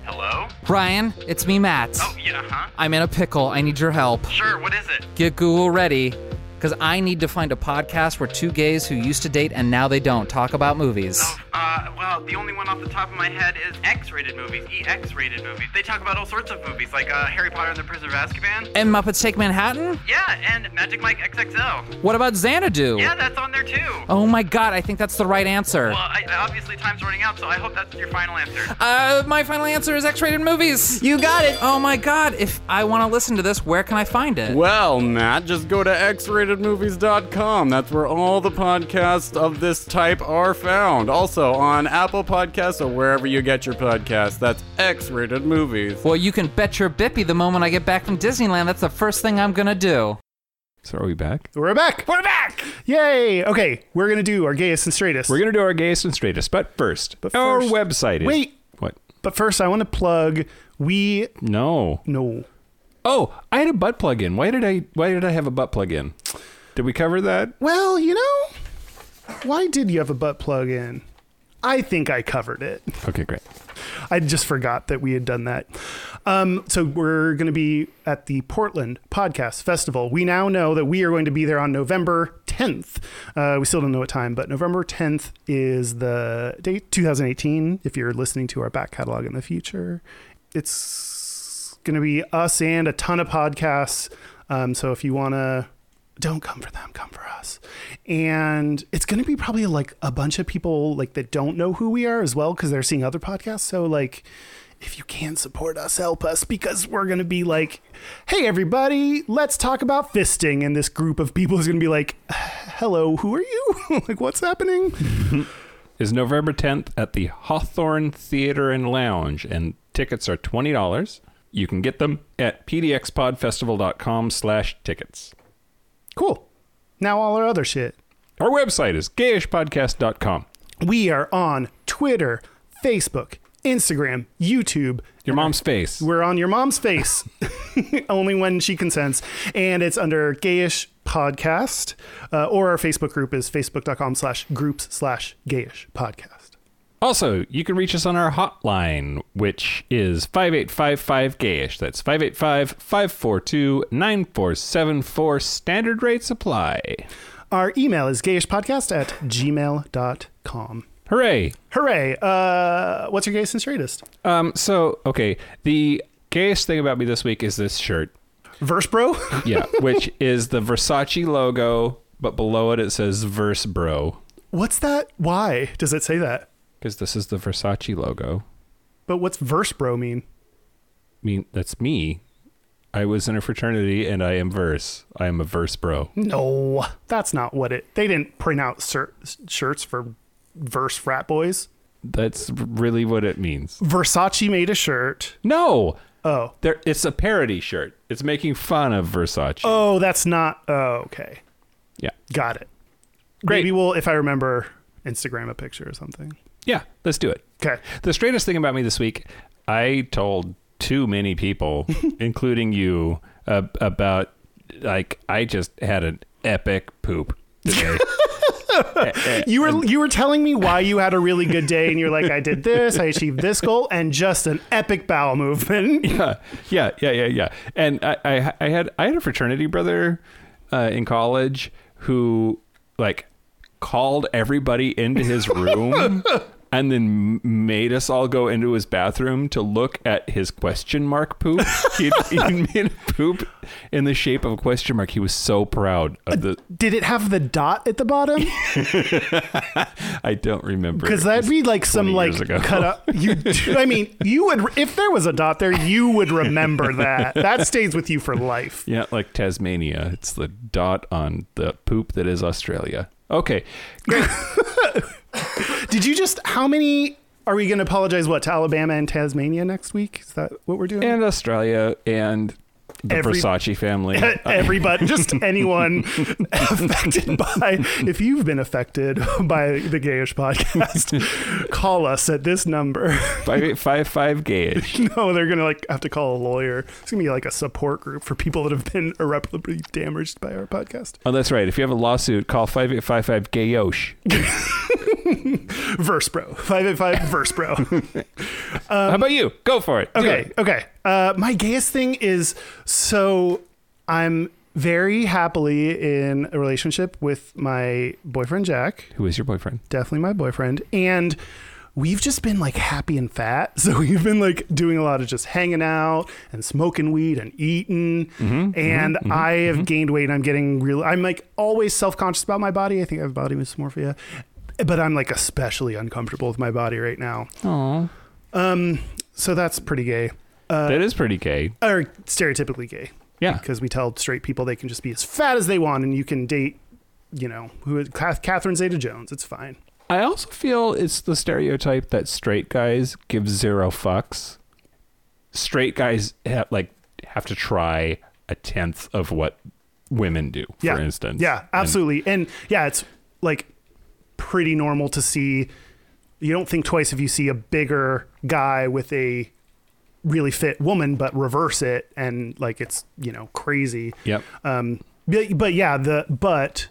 S6: Hello? Ryan, it's me, Matt.
S7: Oh, yeah, huh?
S6: I'm in a pickle. I need your help.
S7: Sure, what is it?
S6: Get Google ready, because I need to find a podcast where two gays who used to date and now they don't talk about movies.
S7: Uh, well, the only one off the top of my head is X-rated movies, EX-rated movies. They talk about all sorts of movies, like uh, Harry Potter and the Prisoner of Azkaban.
S6: And Muppets Take Manhattan?
S7: Yeah, and Magic Mike XXL.
S6: What about Xanadu?
S7: Yeah, that's on there too.
S6: Oh my god, I think that's the right answer.
S7: Well, I, obviously time's running out, so I hope that's your final answer.
S6: Uh, my final answer is X-rated movies.
S5: You got it.
S6: Oh my god, if I want to listen to this, where can I find it?
S5: Well, Matt, just go to xratedmovies.com. That's where all the podcasts of this type are found. Also on Apple Podcasts or wherever you get your podcasts. That's X-rated movies.
S6: Well, you can bet your bippy the moment I get back from Disneyland, that's the first thing I'm gonna do.
S1: So are we back?
S3: We're back. We're back. Yay. Okay, we're going to do our gayest and straightest.
S1: We're gonna do our gayest and straightest, but first,
S3: But
S1: our
S3: first-
S1: website. Is,
S3: Wait.
S1: what?
S3: but first, I want to plug we
S1: No.
S3: no.
S1: Oh, I had a butt plug in. Why did I? Why did I have a butt plug in? Did we cover that?
S3: Well, you know, why did you have a butt plug in? I think I covered it.
S1: Okay, great.
S3: I just forgot that we had done that. Um, so we're going to be at the Portland Podcast Festival. We now know that we are going to be there on November 10th. Uh, we still don't know what time, but November 10th is the date 2018. If you're listening to our back catalog in the future, it's going to be us and a ton of podcasts. Um, so if you want to don't come for them come for us and it's going to be probably like a bunch of people like that don't know who we are as well because they're seeing other podcasts so like if you can support us help us because we're going to be like hey everybody let's talk about fisting and this group of people is going to be like hello who are you (laughs) like what's happening
S1: Is November 10th at the Hawthorne Theater and Lounge, and tickets are twenty dollars. You can get them at pdxpodfestival.com/tickets.
S3: cool now all our other shit
S1: Our website is gayishpodcast.com.
S3: we are on twitter facebook instagram youtube
S1: Your mom's face.
S3: We're on your mom's face, (laughs) only when she consents. And it's under Gayish Podcast, uh, or our Facebook group is facebook.com slash groups slash gayish podcast.
S1: Also, you can reach us on our hotline, which is 5855 gayish. That's 585 542 9474. Standard rates apply.
S3: Our email is gayishpodcast at gmail.com.
S1: Hooray!
S3: Hooray. Uh, what's your gayest and straightest?
S1: Um, so, okay, the gayest thing about me this week is this shirt.
S3: Verse bro? (laughs)
S1: Yeah, which is the Versace logo, but below it it says Verse Bro,
S3: what's that? Why does it say that?
S1: because this is the Versace logo.
S3: But what's verse bro mean?
S1: I mean, that's me. I was in a fraternity and I am verse. I am a verse bro.
S3: No, that's not what it. They didn't print out sir, shirts for verse frat boys.
S1: That's really what it means.
S3: Versace made a shirt.
S1: No.
S3: Oh.
S1: There it's a parody shirt. It's making fun of Versace.
S3: Oh, that's not. Oh, okay.
S1: Yeah.
S3: Got it.
S1: Great.
S3: Maybe we'll, if I remember, Instagram a picture or something.
S1: Yeah, let's do it.
S3: Okay.
S1: The straightest thing about me this week, I told too many people, including you, uh, about like I just had an epic poop today. Eh,
S3: You were you were telling me why you had a really good day, and you're like, I did this, I achieved this goal, and just an epic bowel
S1: (laughs)
S3: movement.
S1: yeah, yeah, yeah, yeah, yeah. And I, I, I had, I had a fraternity brother uh, in college who, like, called everybody into his room and then m- made us all go into his bathroom to look at his question mark poop. He'd, he'd made a poop in the shape of a question mark. He was so proud of the.
S3: Did it have the dot at the bottom?
S1: I don't remember.
S3: Because that'd be like some
S1: 20 years
S3: like
S1: ago.
S3: cut up. (laughs) You, I mean, you would if there was a dot there, you would remember that. That stays with you for life.
S1: Yeah, like Tasmania. It's the dot on the poop that is Australia. Okay.
S3: Did you just? How many are we going to apologize? What to Alabama and Tasmania next week? Is that what we're doing?
S1: and Australia and the
S3: Every-
S1: Versace
S3: (laughs)
S1: family.
S3: everybody, (laughs) just anyone affected by. If you've been affected by the Gayish (laughs) podcast, call us at this number. (laughs)
S1: Uh, five eight five five gauge.
S3: no, they're gonna like have to call a lawyer. It's gonna be like a support group for people that have been irreparably damaged by our podcast.
S1: Oh, that's right. If you have a lawsuit, call five eight five five gayosh.
S3: Verse bro. (laughs) 585 Verse bro.
S1: How about you? Go for it. Do
S3: Um, Okay,
S1: it.
S3: okay. Uh, my gayest thing is so I'm very happily in a relationship with my boyfriend Jack,
S1: Who is your boyfriend?
S3: definitely my boyfriend, and we've just been like happy and fat. (laughs) So we've been like doing a lot of just hanging out and smoking weed and eating. and I have gained weight. And I'm getting real. I'm like always self conscious about my body. I think I have body dysmorphia, but I'm like especially uncomfortable with my body right now.
S1: Aww.
S3: Um, so that's pretty gay Uh,
S1: that is pretty gay.
S3: or stereotypically gay.
S1: Yeah.
S3: Because we tell straight people they can just be as fat as they want and you can date, you know, who is Cath- Catherine Zeta Jones. It's fine.
S1: I also feel it's the stereotype that straight guys give zero fucks. Straight guys have, like have to try a tenth of what women do,
S3: Yeah.
S1: for instance.
S3: Yeah,
S1: And-
S3: absolutely. And, yeah, it's like pretty normal to see. You don't think twice if you see a bigger guy with a really fit woman, but reverse it and like it's, you know, crazy.
S1: yep.
S3: Um, but, but yeah, the, but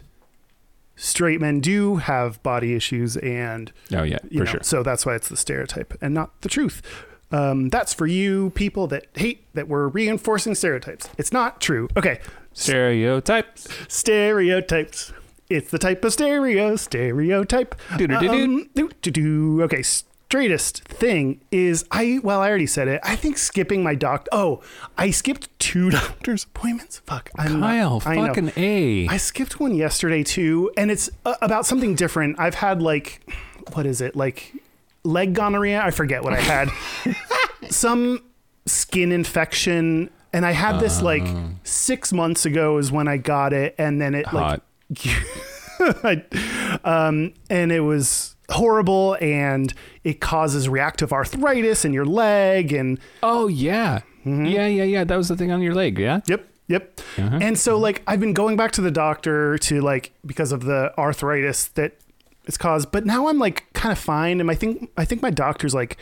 S3: straight men do have body issues and
S1: oh yeah, for
S3: you know,
S1: sure.
S3: So that's why it's the stereotype and not the truth. Um, that's for you people that hate that we're reinforcing stereotypes. It's not true. Okay,
S1: Stereotypes.
S3: stereotypes. It's the type of stereo stereotype.
S1: Doo-doo-doo-doo.
S3: Um, doo-doo-doo. Okay, straightest thing is I. Well, I already said it. I think skipping my doc. Oh, I skipped two (laughs) doctor's appointments. Fuck, I'm not-
S1: Kyle,
S3: I know.
S1: fucking A.
S3: I skipped one yesterday too, and it's uh, about something different. I've had like, what is it? Like leg gonorrhea? I forget what I had. Some skin infection, and I had this like six months ago is when I got it, and then it (laughs)
S1: Hot.
S3: like, um, and it was horrible, and it causes reactive arthritis in your leg, and
S1: Oh yeah. Yeah, yeah, yeah. That was the thing on your leg, yeah?
S3: Yep. Yep.
S1: Uh-huh.
S3: And so like I've been going back to the doctor to like because of the arthritis that it's caused, but now I'm like kind of fine and I think I think my doctor's like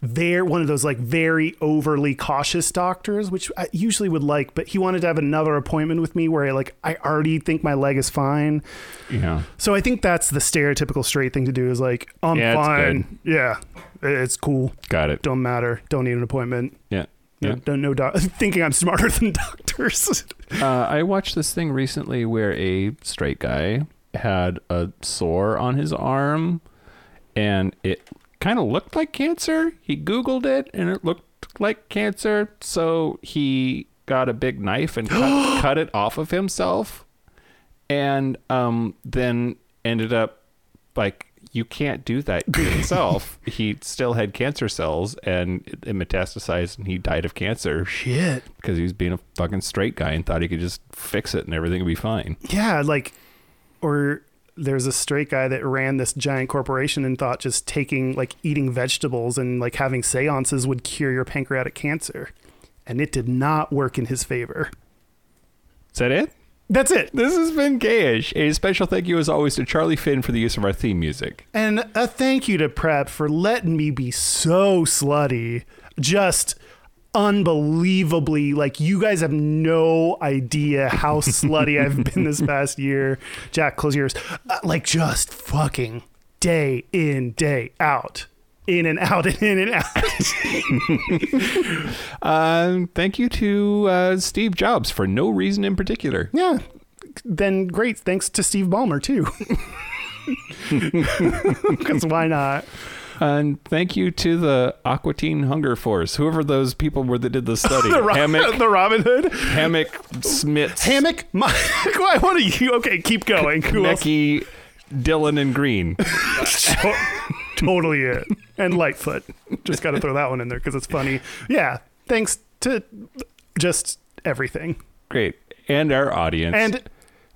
S3: they're one of those like very overly cautious doctors, which I usually would like, but he wanted to have another appointment with me where I like I already think my leg is fine.
S1: Yeah.
S3: So I think that's the stereotypical straight thing to do is like I'm
S1: Yeah, it's
S3: fine. Yeah. It's cool.
S1: Got it.
S3: Don't matter. Don't need an appointment.
S1: Yeah.
S3: No,
S1: Yeah.
S3: don't know doc- (laughs) thinking I'm smarter than (laughs) doctors.
S1: Uh, I watched this thing recently where a straight guy had a sore on his arm and it kind of looked like cancer. He Googled it and it looked like cancer. So he got a big knife and (gasps) cut, cut it off of himself and um, then ended up like, you can't do that
S3: (laughs)
S1: to himself. he still had cancer cells and it it metastasized and he died of cancer
S3: Shit.
S1: because he was being a fucking straight guy and thought he could just fix it and everything would be fine.
S3: Yeah, like, or there's a straight guy that ran this giant corporation and thought just taking, like, eating vegetables and, like, having seances would cure your pancreatic cancer. And it did not work in his favor.
S1: Is that it?
S3: That's it.
S1: This has been Gayish. A special thank you, as always, to Charlie Finn for the use of our theme music.
S3: And a thank you to Prep for letting me be so slutty. Just unbelievably like you guys have no idea how slutty I've been this past year. Jack, close your ears. Uh, like just fucking day in day out. In and out (laughs) and in and out.
S1: Um, thank you to uh, Steve Jobs for no reason in particular.
S3: yeah. Then great. Thanks to Steve Ballmer too. (laughs) Cuz why not?
S1: And thank you to the Aquatine Hunger Force, whoever those people were that
S3: (laughs)
S1: did the study.
S3: The, Ro-
S1: hammock,
S3: the Robin Hood.
S1: hammock, Smits,
S3: Hammock. (laughs) My, I want to. Okay, keep going. Who else?
S1: Necky, Dylan, and Green.
S3: (laughs) To- totally it. And Lightfoot. Just got to throw that one in there because it's funny. Yeah. Thanks to just everything.
S1: Great, and our audience,
S3: And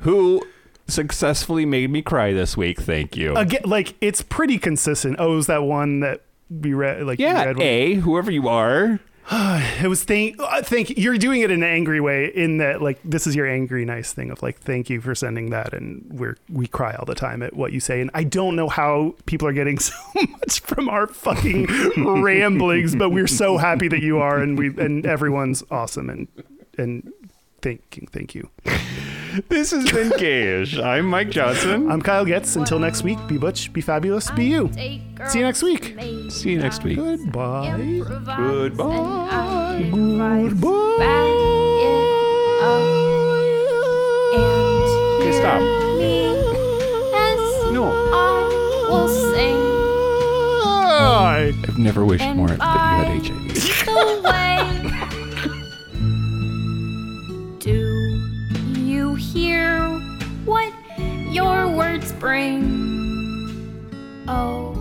S1: who successfully made me cry this week. Thank you.
S3: again, like it's pretty consistent. Oh, it was that one that we read? Like you
S1: Yeah,
S3: read when-
S1: A, whoever you are.
S3: it was thank. Uh, thank you're doing it in an angry way. In that, like this is your angry nice thing of like thank you for sending that, and we're we cry all the time at what you say. And I don't know how people are getting (laughs) so much from our fucking ramblings, but we're so happy that you are, and we and everyone's awesome and and thanking thank you.
S1: This has been Gayish. I'm Mike Johnson.
S3: I'm Kyle Getz. Until next week, be butch, be fabulous, be you. See you next week.
S1: See you next week.
S3: Goodbye.
S1: Goodbye. Okay, stop. No.
S3: Bye.
S1: I've never wished
S2: And
S1: more that you had
S2: I-
S1: HIV.
S2: Do you hear what your words bring? Oh.